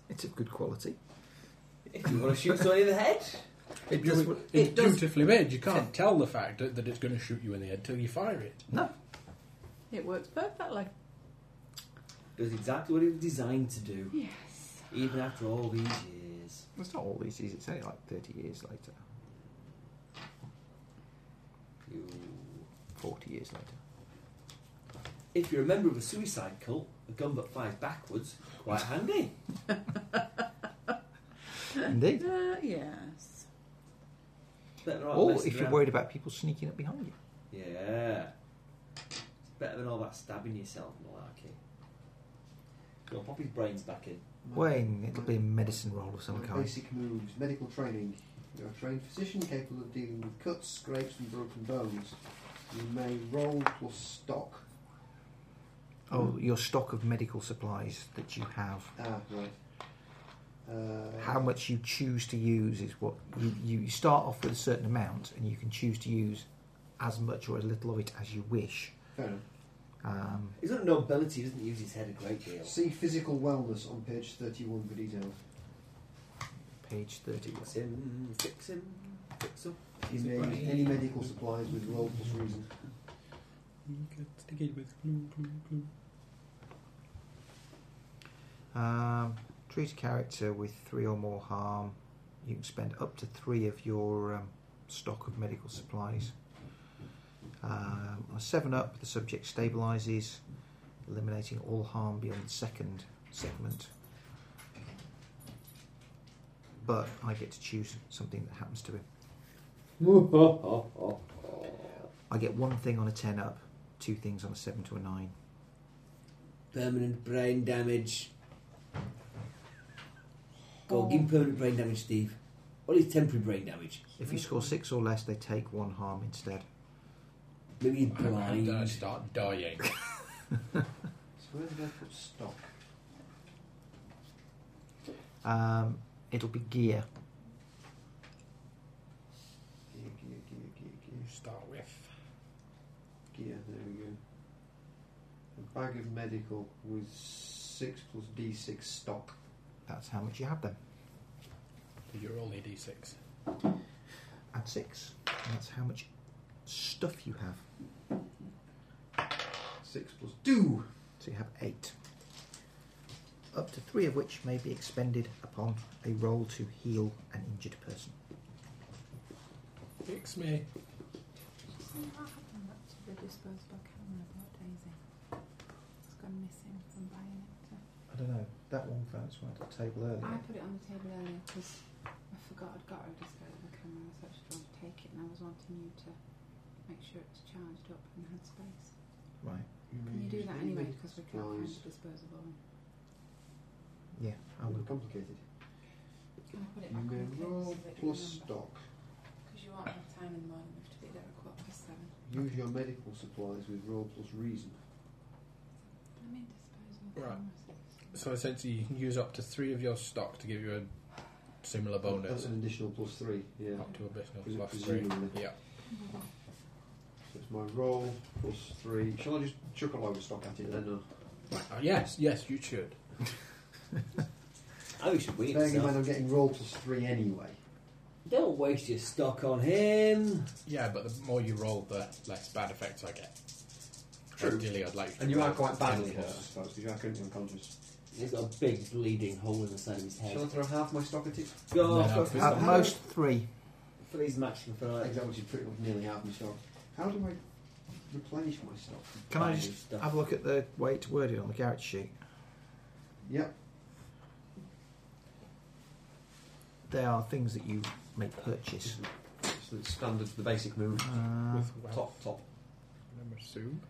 It's of good quality. If you want to shoot somebody in the head, It's It does. beautifully it does- made. You can't tell the fact that, that it's going to shoot you in the head till you fire it. No. It works perfectly. does exactly what it was designed to do, Yes. even after all these years. It's not all these years. It's only like thirty years later, You, forty years later. if you remember of a suicide cult, a gun that flies backwards, quite handy. Indeed. Uh, yes. Better than all that Or messing Oh, if you're around. worried about people sneaking up behind you. Yeah. It's better than all that stabbing yourself malarkey. Go pop his brains back in. My- Wayne, it'll my- be a medicine roll of some my kind. Basic moves, medical training. You're a trained physician capable of dealing with cuts, scrapes, and broken bones. You may roll plus stock. Oh, your stock of medical supplies that you have. Ah, right. Uh, How much you choose to use is what you, you start off with a certain amount, and you can choose to use as much or as little of it as you wish. Fair enough. Um, He's got a nobility, he doesn't use his head a great deal. See physical wellness on page 31 for details. page thirty-one. Fix him, fix him, fix him. You may use any medical supplies with roll plus reason. Um, treat a character with three or more harm. You can spend up to three of your um, stock of medical supplies. Um, on a seven up, the subject stabilises, eliminating all harm beyond the second segment. But I get to choose something that happens to him. I get one thing on a ten up, two things on a seven to a nine. Permanent brain damage. Go impermanent brain damage, Steve. What is temporary brain damage? If you score six or less, they take one harm instead. Maybe he's I'm blind. going to start dying. So where did I put stock? Um, it'll be gear. Gear, gear, gear, gear, You gear, start with. gear. There we go. A bag of medical with six plus D6 stock. That's how much you have then. Did you roll a d6? Add six. And that's how much stuff you have. Six plus two. So you have eight. Up to three of which may be expended upon a roll to heal an injured person. Fix me. Something happened up to the disposable camera about Daisy. It's gone missing from buying it. I don't know. That one found its way to the table earlier. I put it on the table earlier because I forgot I'd got her disposable camera, so I just wanted to take it, and I was wanting you to make sure it's charged up and had space. Right. Mm, Can you do that anyway? Because we can't find the disposable one. Yeah, I will. complicated. Can I put it You back may on the table so roll that you plus remember? stock. Because you won't have time in the morning. We have to be there at quarter past seven. Use your medical supplies with roll plus reason. I mean disposable Right. cameras. So essentially, you can use up to three of your stock to give you a similar That's bonus. an additional plus three. Yeah. Up to a bit Is of it plus three. presumably? Yeah. So it's my roll plus three. Shall I just chuck a load of stock at it then? Or? Oh, yes, yes, you should. I wish we Bearing in mind I'm getting roll plus three anyway. Don't waste your stock on him. Yeah, but the more you roll, the less bad effects I get. True. Ideally, I'd like. And you roll are quite badly 10 hurt, I plus. suppose, because you are currently unconscious. He's got a big bleeding hole in the side of his Shall I head. throw half my stock at it? Go No, for, no, At how- most three. for these matching for like, Exactly, which is pretty much nearly half my stock. How do I replenish my stock? Can I buying just stuff. have a look at the way it's worded on the garage sheet? Yep. They are things that you may purchase. It's the standard, the basic move. Uh, With wealth, Top, top. I'm gonna assume.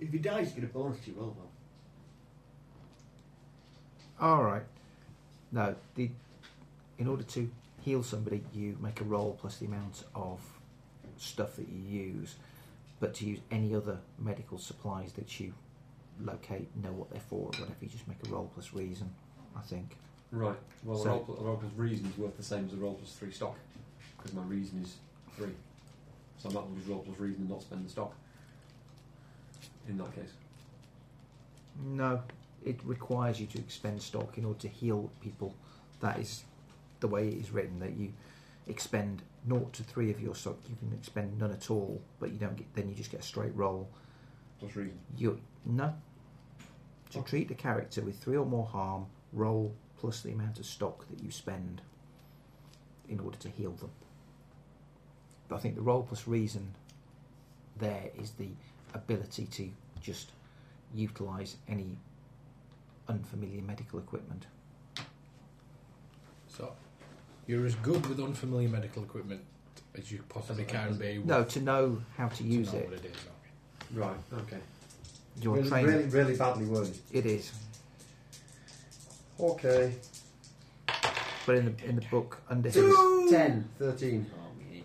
If he dies, you get a bonus to your roll. though. all right. No, the in order to heal somebody, you make a roll plus the amount of stuff that you use, but to use any other medical supplies that you locate, know what they're for, or whatever. You just make a roll plus reason. I think. Right. Well, So- a, roll, a roll plus reason is worth the same as a roll plus three stock, because my reason is three. So I might as well just roll plus reason and not spend the stock. In that case. No, it requires you to expend stock in order to heal people. That is the way it is written. That you expend naught to three of your stock. You can expend none at all, but you don't get. Then you just get a straight roll. Plus reason. You no. To Oh. treat the character with three or more harm, roll plus the amount of stock that you spend in order to heal them. But I think the roll plus reason there is the ability to just utilise any unfamiliar medical equipment. So, you're as good with unfamiliar medical equipment as you possibly can be. with- No, to know how to to use know it. What it is. okay. Right, okay. You're really, trained. really, really badly worded. It is. Okay. But in the in the book under his Two. Ten. Thirteen. Oh, yeah.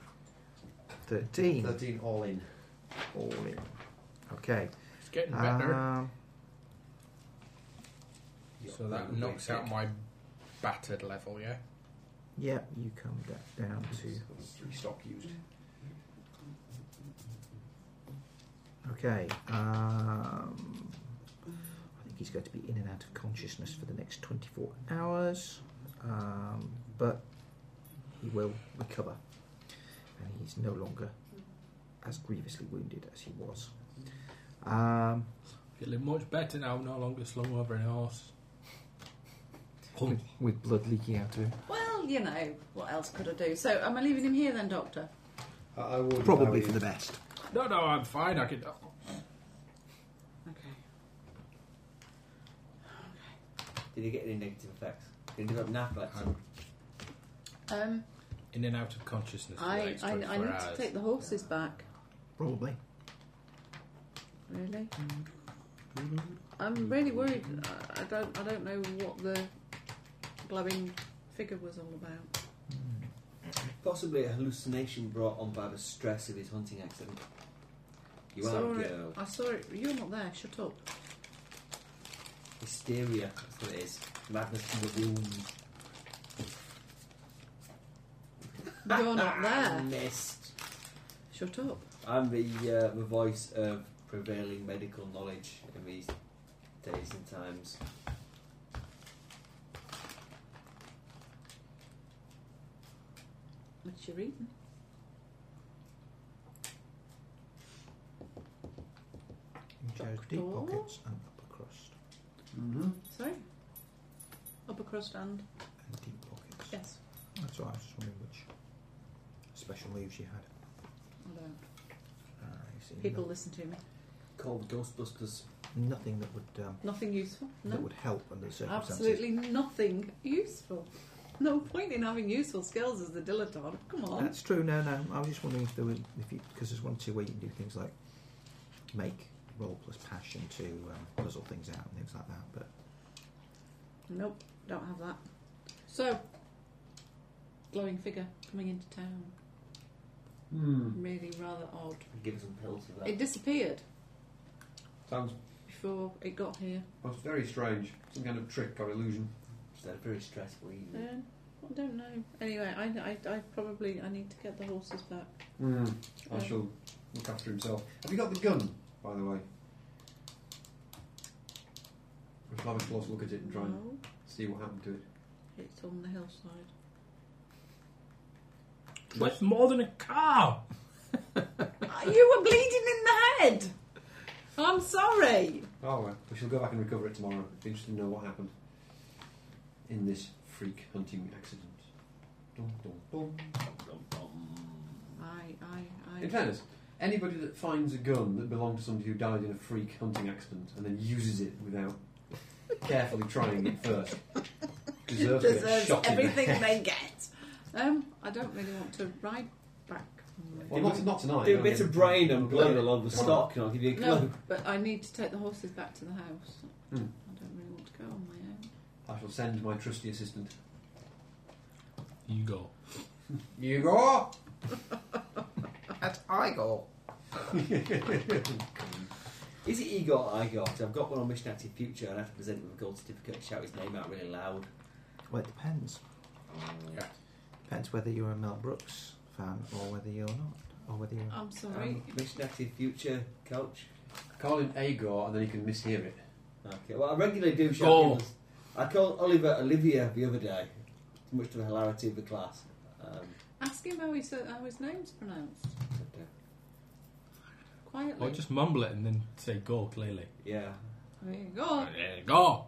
thirteen Thirteen all in. all in. Okay. It's getting better. Um, so that knocks out my battered level. Yeah. Yeah, you come da- down to. That's three stock used. Okay. Um, I think he's going to be in and out of consciousness for the next 24 hours, um, but he will recover. And he's no longer as grievously wounded as he was. Um, Feeling much better now. No longer slung over an horse. with, with blood leaking out of him. Well, you know, what else could I do? So, am I leaving him here then, Doctor? I, I would. Probably I for the best. No, no, I'm fine. I can. Okay. Did he get any negative effects? Did he develop narcolepsy? I'm Um, in and out of consciousness for the I, next I, 24 I need to hours. take the horses back. Probably. Mm-hmm. Really? I'm really worried. uh, I, I don't. I don't know what the glowing figure was all about. Possibly a hallucination brought on by the stress of his hunting accident. You saw are a it- girl. I saw it. You're not there. Shut up. Hysteria, that's what it is. Madness in the room. You're Oh, not there. Ah, Missed. Shut up. I'm the, uh, the voice of prevailing medical knowledge in these days and times. What you reading? In Joe's deep Doctor? pockets and upper crust. Mm-hmm. Sorry. Upper crust and And deep pockets. yes. That's all right, I was just wondering which special leaves you had. I don't. Ah, you see, People no- listen to me. Called Ghostbusters. nothing that would um, Nothing useful. that No. would help under the circumstances. Absolutely nothing useful. No point in having useful skills as the dilettante. Come on. That's true. No, no. I was just wondering if there were, if you, because there's one or two where you can do things like make roll plus passion to um, puzzle things out and things like that. But Nope, don't have that. So, glowing figure coming into town. Hmm. Really rather odd. Give us some pills for that. It disappeared Sounds before it got here. that's very strange. Some kind of trick or illusion. It's a very stressful Mm. evening. Um, I don't know. Anyway, I, I, I probably I need to get the horses back. Mm. I Yeah. shall look after himself. Have you got the gun, by the way? We shall have a close look at it and try and No, see what happened to it. it's on the hillside. Worth more than a car. Ah, you were bleeding in the head. I'm sorry. Oh well, we shall go back and recover it tomorrow. Be interested to know what happened in this freak hunting accident. Dum, dum, dum, dum, dum. I I I. In fairness, anybody that finds a gun that belonged to somebody who died in a freak hunting accident and then uses it without carefully trying it first deserves, to get deserves shot in the everything head. they get. Um, I don't really want to ride back. Well, not, not tonight. Do a I bit mean- of brain and blood along the stock, and I'll give you a clue. No, but I need to take the horses back to the house. Hmm. I don't really want to go on my own. I shall send my trusty assistant. You go. You go. that's Igor. Is it Igor or Igor? 'Cause I've got one on Mission Active Future, and I have to present it with a gold certificate and shout his name out really loud. Well, it depends. Yeah. Depends whether you're a Mel Brooks fan or whether you're not, or whether you're. I'm sorry. Um, Mission Active Future, coach. Call him Agor, and then he can mishear it. Okay, well, I regularly do shout Go. people's- I called Oliver Olivia the other day, much to the hilarity of the class. Um, Ask him how his, uh, how his name's pronounced. Quietly. Or just mumble it and then say go clearly. yeah. There you go. There you Go.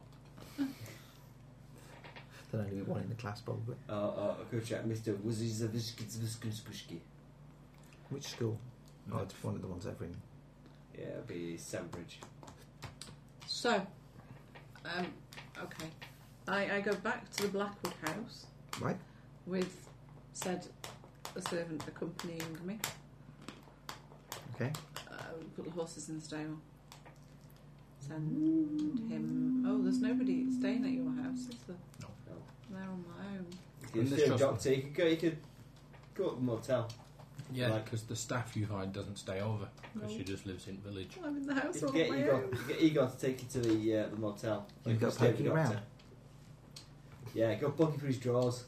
There'll only be one in the class probably. Uh, uh, coach at Mr. Wuzizavishkizviskinski. Which school? Oh, it's one of the ones over in. Yeah, it'll be Sandbridge. So, um, okay. I, I go back to the Blackwood house Right. with said a servant accompanying me. Okay. Uh, we put the horses in the stable. Send him. Oh, there's nobody staying at your house, is there? No. No. They're on my own. If you're And this still a just- doctor, you could go, you could go up the motel. Yeah, Like- because the staff you hired doesn't stay over because No. she just lives in village. I'm in the You house could on get my Igor, own. you could get Igor to take you to the, uh, the motel. Or You could go stay with poking the doctor. around. Yeah, go poking through his drawers.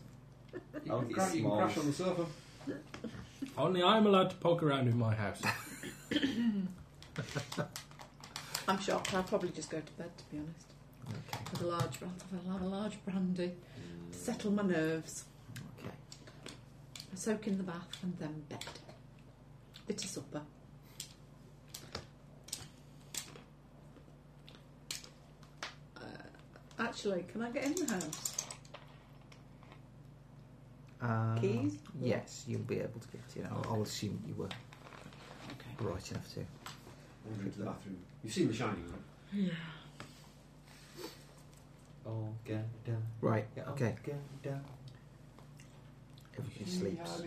You I'll can, get crash, you can small. crash on the sofa. Only I'm allowed to poke around in my house. I'm shocked. I'll probably just go to bed, to be honest. Okay. With a large brand, I'll have a large brandy Mm. to settle my nerves. Okay. A soak in the bath and then bed. Bit of supper. Uh, actually, can I get in the house? Uh, Keys? Yes, you'll be able to get in. I'll, I'll assume you were Okay. bright enough to. Wander into the bathroom. You've seen The Shining, right? Yeah. Oh, get down. Right. Get up, Okay. Get down. Everybody sleeps.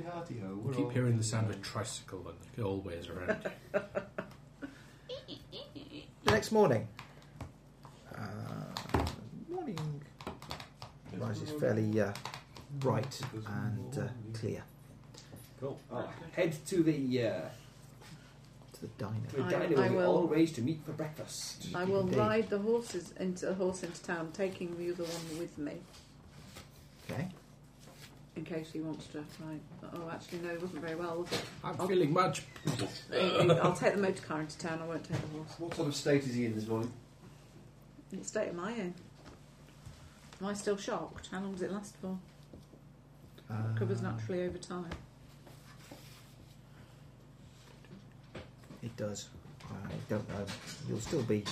We keep hearing the sound of a tricycle and it always around. The next morning, Uh, morning. The rise is fairly uh, bright and uh, clear Cool. All right. Head to the uh, to the diner. to the I- diner. I where we will- all arranged to meet for breakfast. I will Indeed. ride the horses into the horse into town, taking the other one with me Okay. in case he wants to. Right. Oh, actually, no, he wasn't very well. was it? I'm Oh. feeling much. I'll take the motor car into town. I won't take the horse. What sort of state is he in this morning? What state am I in? Am I still shocked? How long does it last for? Uh, Covers naturally over time. It does. I don't know. You'll still be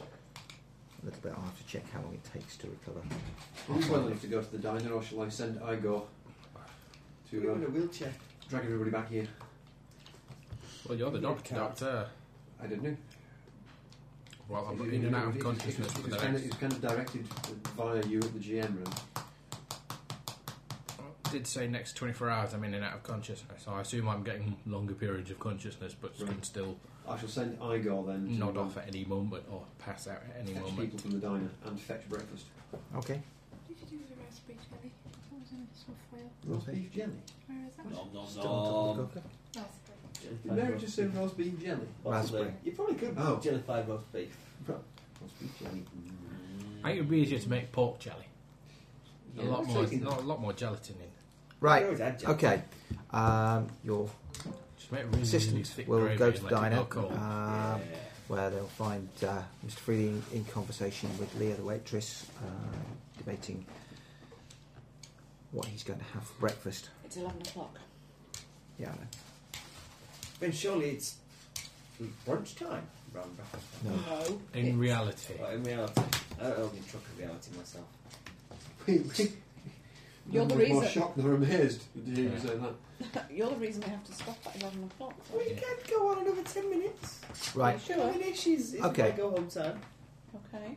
a little bit. I'll have to check how long it takes to recover. Who's well enough to go to the diner, or shall I send Igor You're in to a wheelchair. uh, drag everybody back here? Well, you're the doctor, doctor. I don't know. Well, I'm It- in and it- out of it- consciousness It, for it, the was kind of, next. it was kind of directed via you at the GM room. did say next 24 hours I'm in and out of consciousness. So I assume I'm getting longer periods of consciousness, but Right. can still I shall send Igor then to nod uh, off at any moment or pass out at any fetch moment. people from the diner and fetch breakfast. Okay. What did you do with the roast beef jelly? That was in some foil. Roast beef jelly. Where is that? Nom, nom, Still on top Um, of the cooker. Raspberry. Did Mary just say roast beef jelly? Raspberry. You probably could Oh. oh. jellified roast beef. Roast beef jelly. I think it would be easier to make pork jelly. Yeah, a lot I'm more, taking a lot more gelatin in. You Right. always add jelly. Okay. Um, your Just make really, really assistant thick will gravy go and to the let it diner, go Uh, cold. um, Yeah. where they'll find uh, Mr. Freely in, in conversation with Leah, the waitress, uh, debating what he's going to have for breakfast. It's 11 o'clock. Yeah. Then surely it's brunch time round back. No. no. No. in reality, Well, in reality, I don't know, I'm in truck of reality myself. You're I'm the more reason. shocked than amazed at the GM saying that. You're the reason we have to stop at 11 o'clock. We Yeah. can't go on another ten minutes. Right. Sure. I mean, it's, it's Okay. my go home time. Okay.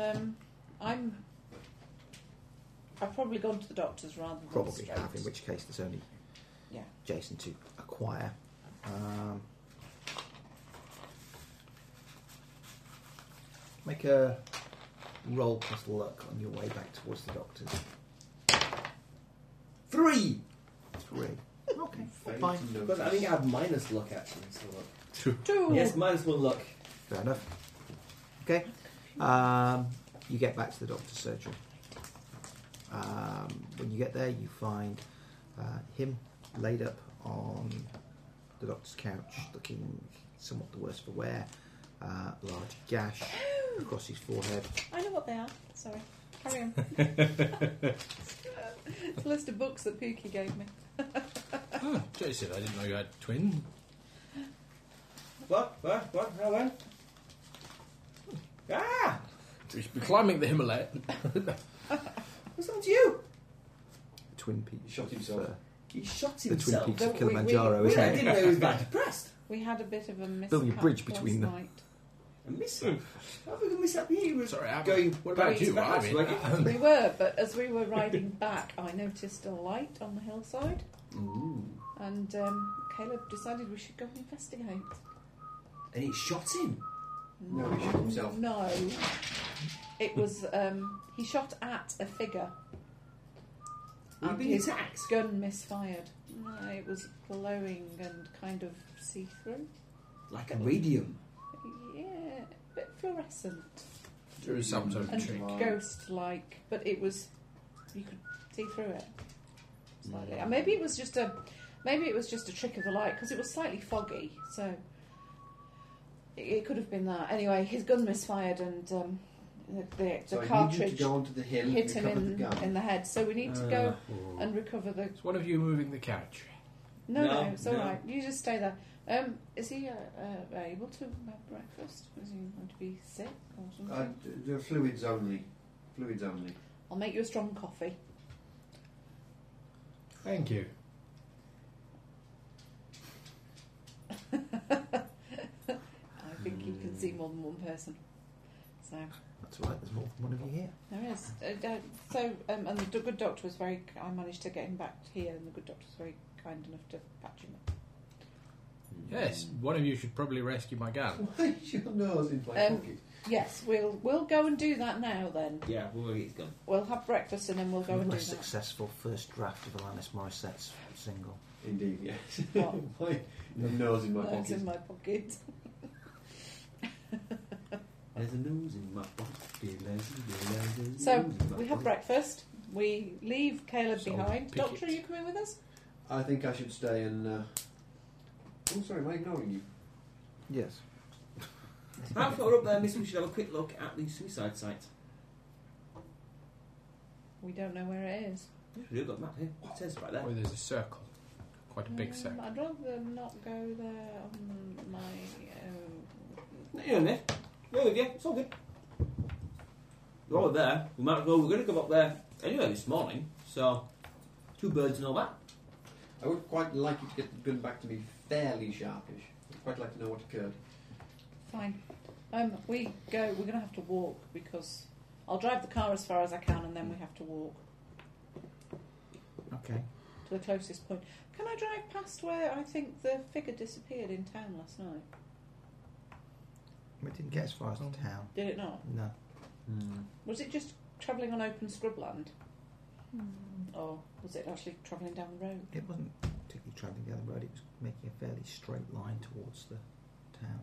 Um, I'm. I've probably gone to the doctor's rather than Probably straight. have, in which case there's only Yeah. Jason to acquire. Um, make a roll plus luck on your way back towards the doctor's. Three. Three. Okay. Failed Fine. to But I notice. think I have minus luck actually. So uh, luck. Two. Yes, minus one luck. Fair enough. Okay. Um, you get back to the doctor's surgery. Um, when you get there, you find uh, him laid up on the doctor's couch, looking somewhat the worse for wear. Uh, large gash across his forehead. I know what they are. Sorry. Carry on. it's a list of books that Pookie gave me. oh, Jason, I didn't know you had twin. What? What? What? How well? Ah! We should be climbing the Himalaya. What's that to you? The twin peaks. shot of, himself. uh, He shot the twin himself. peaks Don't of we- Kilimanjaro, we- Well, isn't I it? didn't know he was that depressed. We had a bit of a mishap There'll be a bridge between last them. night. I miss him. How have we going to miss up here? He was Sorry, I'm, going. what back about to you? the I house, mean, wasn't he? um, We were, but as we were riding back, I noticed a light on the hillside, Ooh. and um, Caleb decided we should go and investigate. And he shot him. No, he shot himself. No, it was um, he shot at a figure. He'd And been his attacked. gun misfired. No, it was glowing and kind of see-through. Like a radium. Yeah, a bit fluorescent there is some sort of and trick. ghost-like, but it was you could see through it slightly. And maybe it was just a maybe it was just a trick of the light because it was slightly foggy, so it, it could have been that. Anyway, his gun misfired and um, the, the, the So I need you to cartridge go onto the hill hit him and recover the in, gun. Uh. in the head. So we need to go Oh. and recover the. It's one of you moving the couch. No, no, No, it's no. all right. You just stay there. Um, is he uh, uh, able to have breakfast? Is he going to be sick or something? Uh, d- the fluids only. Fluids only. I'll make you a strong coffee. Thank you. I think you can see more than one person. So That's all right. There's more than one of you here. there is. Uh, d- so um, and the d- good doctor was very. I managed to get him back here, and the good doctor was very kind enough to patch him up. Yes, one of you should probably rescue my gun. Why is your nose in my Um, pocket? Yes, we'll we'll go and do that now. Then Yeah, we'll get it done. we'll have breakfast and then we'll go and do less that. successful first draft of Alanis Morissette's single. Indeed, yes. What? my nose in my That's pocket. in my pocket. There's a nose in my pocket. there's a- there's a So, nose in my We have pocket. breakfast. We leave Caleb So, behind. pick Doctor, it. are you coming with us? I think I should stay and. Uh... Oh, sorry, am I ignoring you? Yes. How far up there, Miss? We should have a quick look at the suicide site. We don't know where it is. We've got a map here. It says right there. Oh, there's a circle, quite a big Um, circle. I'd rather not go there on my. Um, No, you're in there. We're with you. It's all good. We're all there. We might go. We're going to go up there anyway this morning. So, two birds and all that. I would quite like you to get the gun back to me fairly sharpish. I'd quite like to know what occurred. fine. Um, we go. We're going to have to walk because I'll drive the car as far as I can, and then we have to walk Okay. to the closest point. Can I drive past where I think the figure disappeared in town last night? We didn't get as far as the town. Did it not? No. Was it just travelling on open scrubland, or was it actually travelling down the road? It wasn't particularly travelling the other road, it was making a fairly straight line towards the town.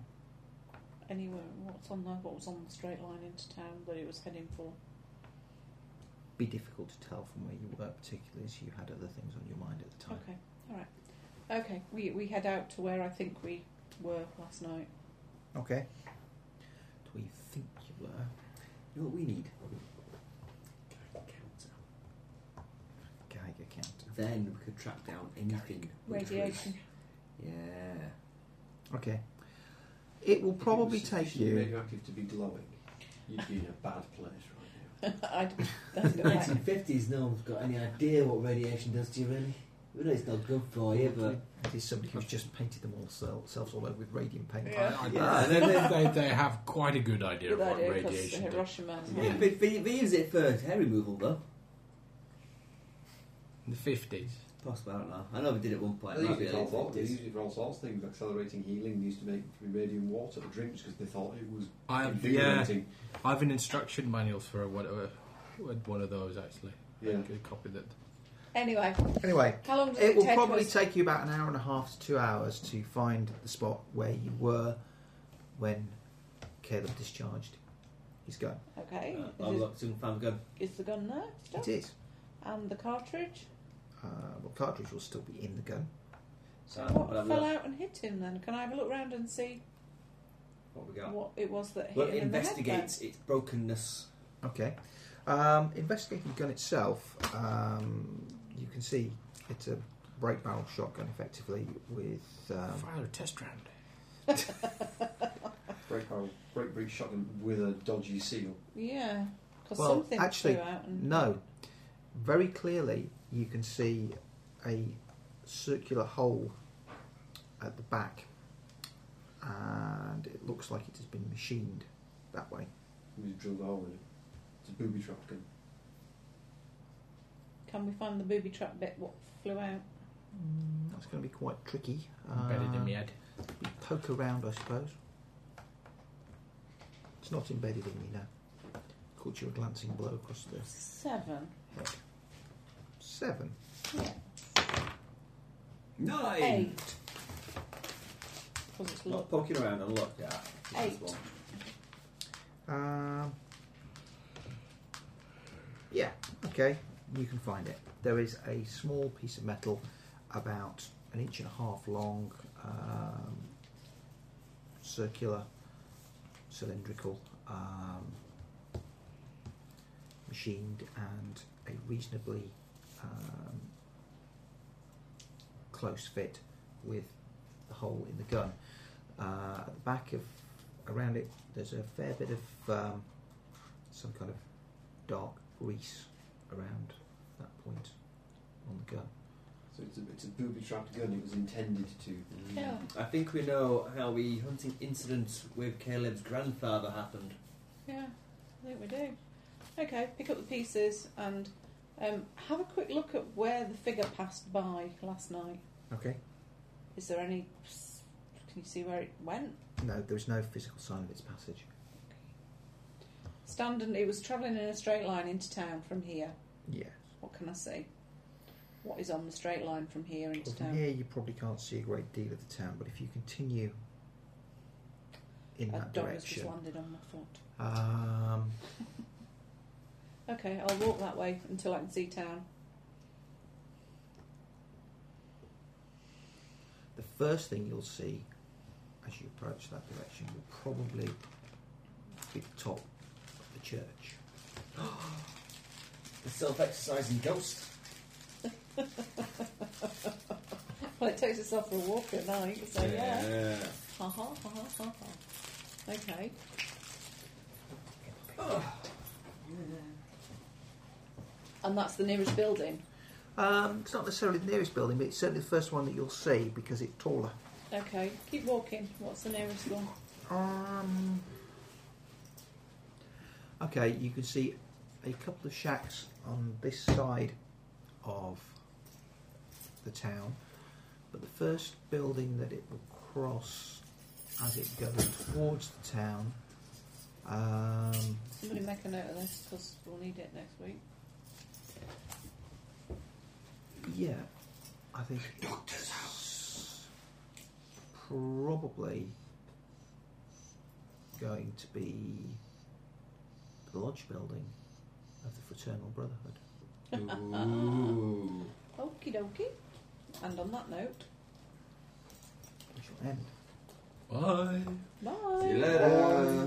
Anywhere? What's on the what was on the straight line into town that it was heading for? Be difficult to tell from where you were, particularly as you had other things on your mind at the time. Okay, all right. Okay, we, we head out to where I think we were last night. Okay. Do we think you were? You know what we need? Counter. Geiger counter. Then we could track down anything. which was- Radiation. Yeah. Okay. It will probably If it was take sufficiently you. radioactive to be glowing. You'd be in a bad place right I'd, In that's the right. 1950s, no one's got any idea what radiation does to you, really. We know it's not good for you, but. It is somebody who's just painted them all sel- selves all over with radium paint. Yeah. I- I- Yeah. they, they, they have quite a good idea Good of what idea, 'cause radiation does. Hiroshima. Yeah, but they, they use it for hair removal, though. In the 50s. Possibly, I don't know. I know we did at one point. now. They it might be used it for early all sorts- they 50s. used it for all sorts of things. Accelerating healing they used to make it from radium water to drinks because they thought it was I have, yeah, invigorating. I have an instruction manual for a, one, a, one of those, actually. Yeah. I could copy that. Anyway, Anyway, how long does it, it will take probably us? take you about an hour and a half to two hours to find the spot where you were when Caleb discharged his gun. okay, Uh, is, I'll it- look soon, found gun. is the gun there It still? is. And the cartridge? Uh, well, cartridge will still be in the gun. So Uh, what I'll have a fell look. out and hit him then? Can I have a look round and see What we got? what it was that hit Well, him it in the head then? investigates its brokenness. Okay. Um, investigating the gun itself, um, you can see it's a break barrel shotgun, effectively, with. Um, Fire a test round. Break barrel, break breach shotgun with a dodgy seal. Yeah, because Well, something actually, flew out. Mm-hmm. And, No. Very clearly, you can see a circular hole at the back, and it looks like it has been machined that way. We drilled a hole in it. It's a booby trap gun. Can we find the booby trap bit? What flew out? That's going to be quite tricky. Mm-hmm. Embedded in Um, the head. Poke around, I suppose. It's not embedded in me now. Caught you a glancing blow across the Seven. seven. Yeah. Nine! Eight. Because it's Not locked. poking around and look, yeah. Eight. This one. Um, yeah, okay, you can find it. There is a small piece of metal about an inch and a half long, um, circular, cylindrical, um, machined, and a reasonably um, close fit with the hole in the gun. Uh, at the back of, around it, there's a fair bit of um, some kind of dark grease around that point on the gun. So it's a, it's a booby trap gun. It was intended to. Yeah. Mm. I think we know how the hunting incident with Caleb's grandfather happened. Yeah, I think we do. Okay, pick up the pieces and um, have a quick look at where the figure passed by last night. Okay. Is there any? Can you see where it went? No, there's no physical sign of its passage. Standing, it was travelling in a straight line into town from here. Yeah. What can I see? What is on the straight line from here into Well, town? from here, you probably can't see a great deal of the town, but if you continue in A that dog has just direction, landed on my foot. um, Okay, I'll walk that way until I can see town. the first thing you'll see as you approach that direction will probably be the top of the church. The self-exercising ghost. Well, it takes itself for a walk at night, so yeah. Yeah. Ha ha ha ha ha. ha. Okay. And that's the nearest building. Um, it's not necessarily the nearest building, but it's certainly the first one that you'll see because it's taller. Okay, keep walking. What's the nearest one? Um, okay, you can see a couple of shacks on this side of the town, but the first building that it will cross as it goes towards the town. Um, Somebody make a note of this because we'll need it next week. yeah, I think doctor's house probably going to be the lodge building of the fraternal brotherhood. Ooh. Okie dokie. And on that note, We shall end. Bye. bye. See you later.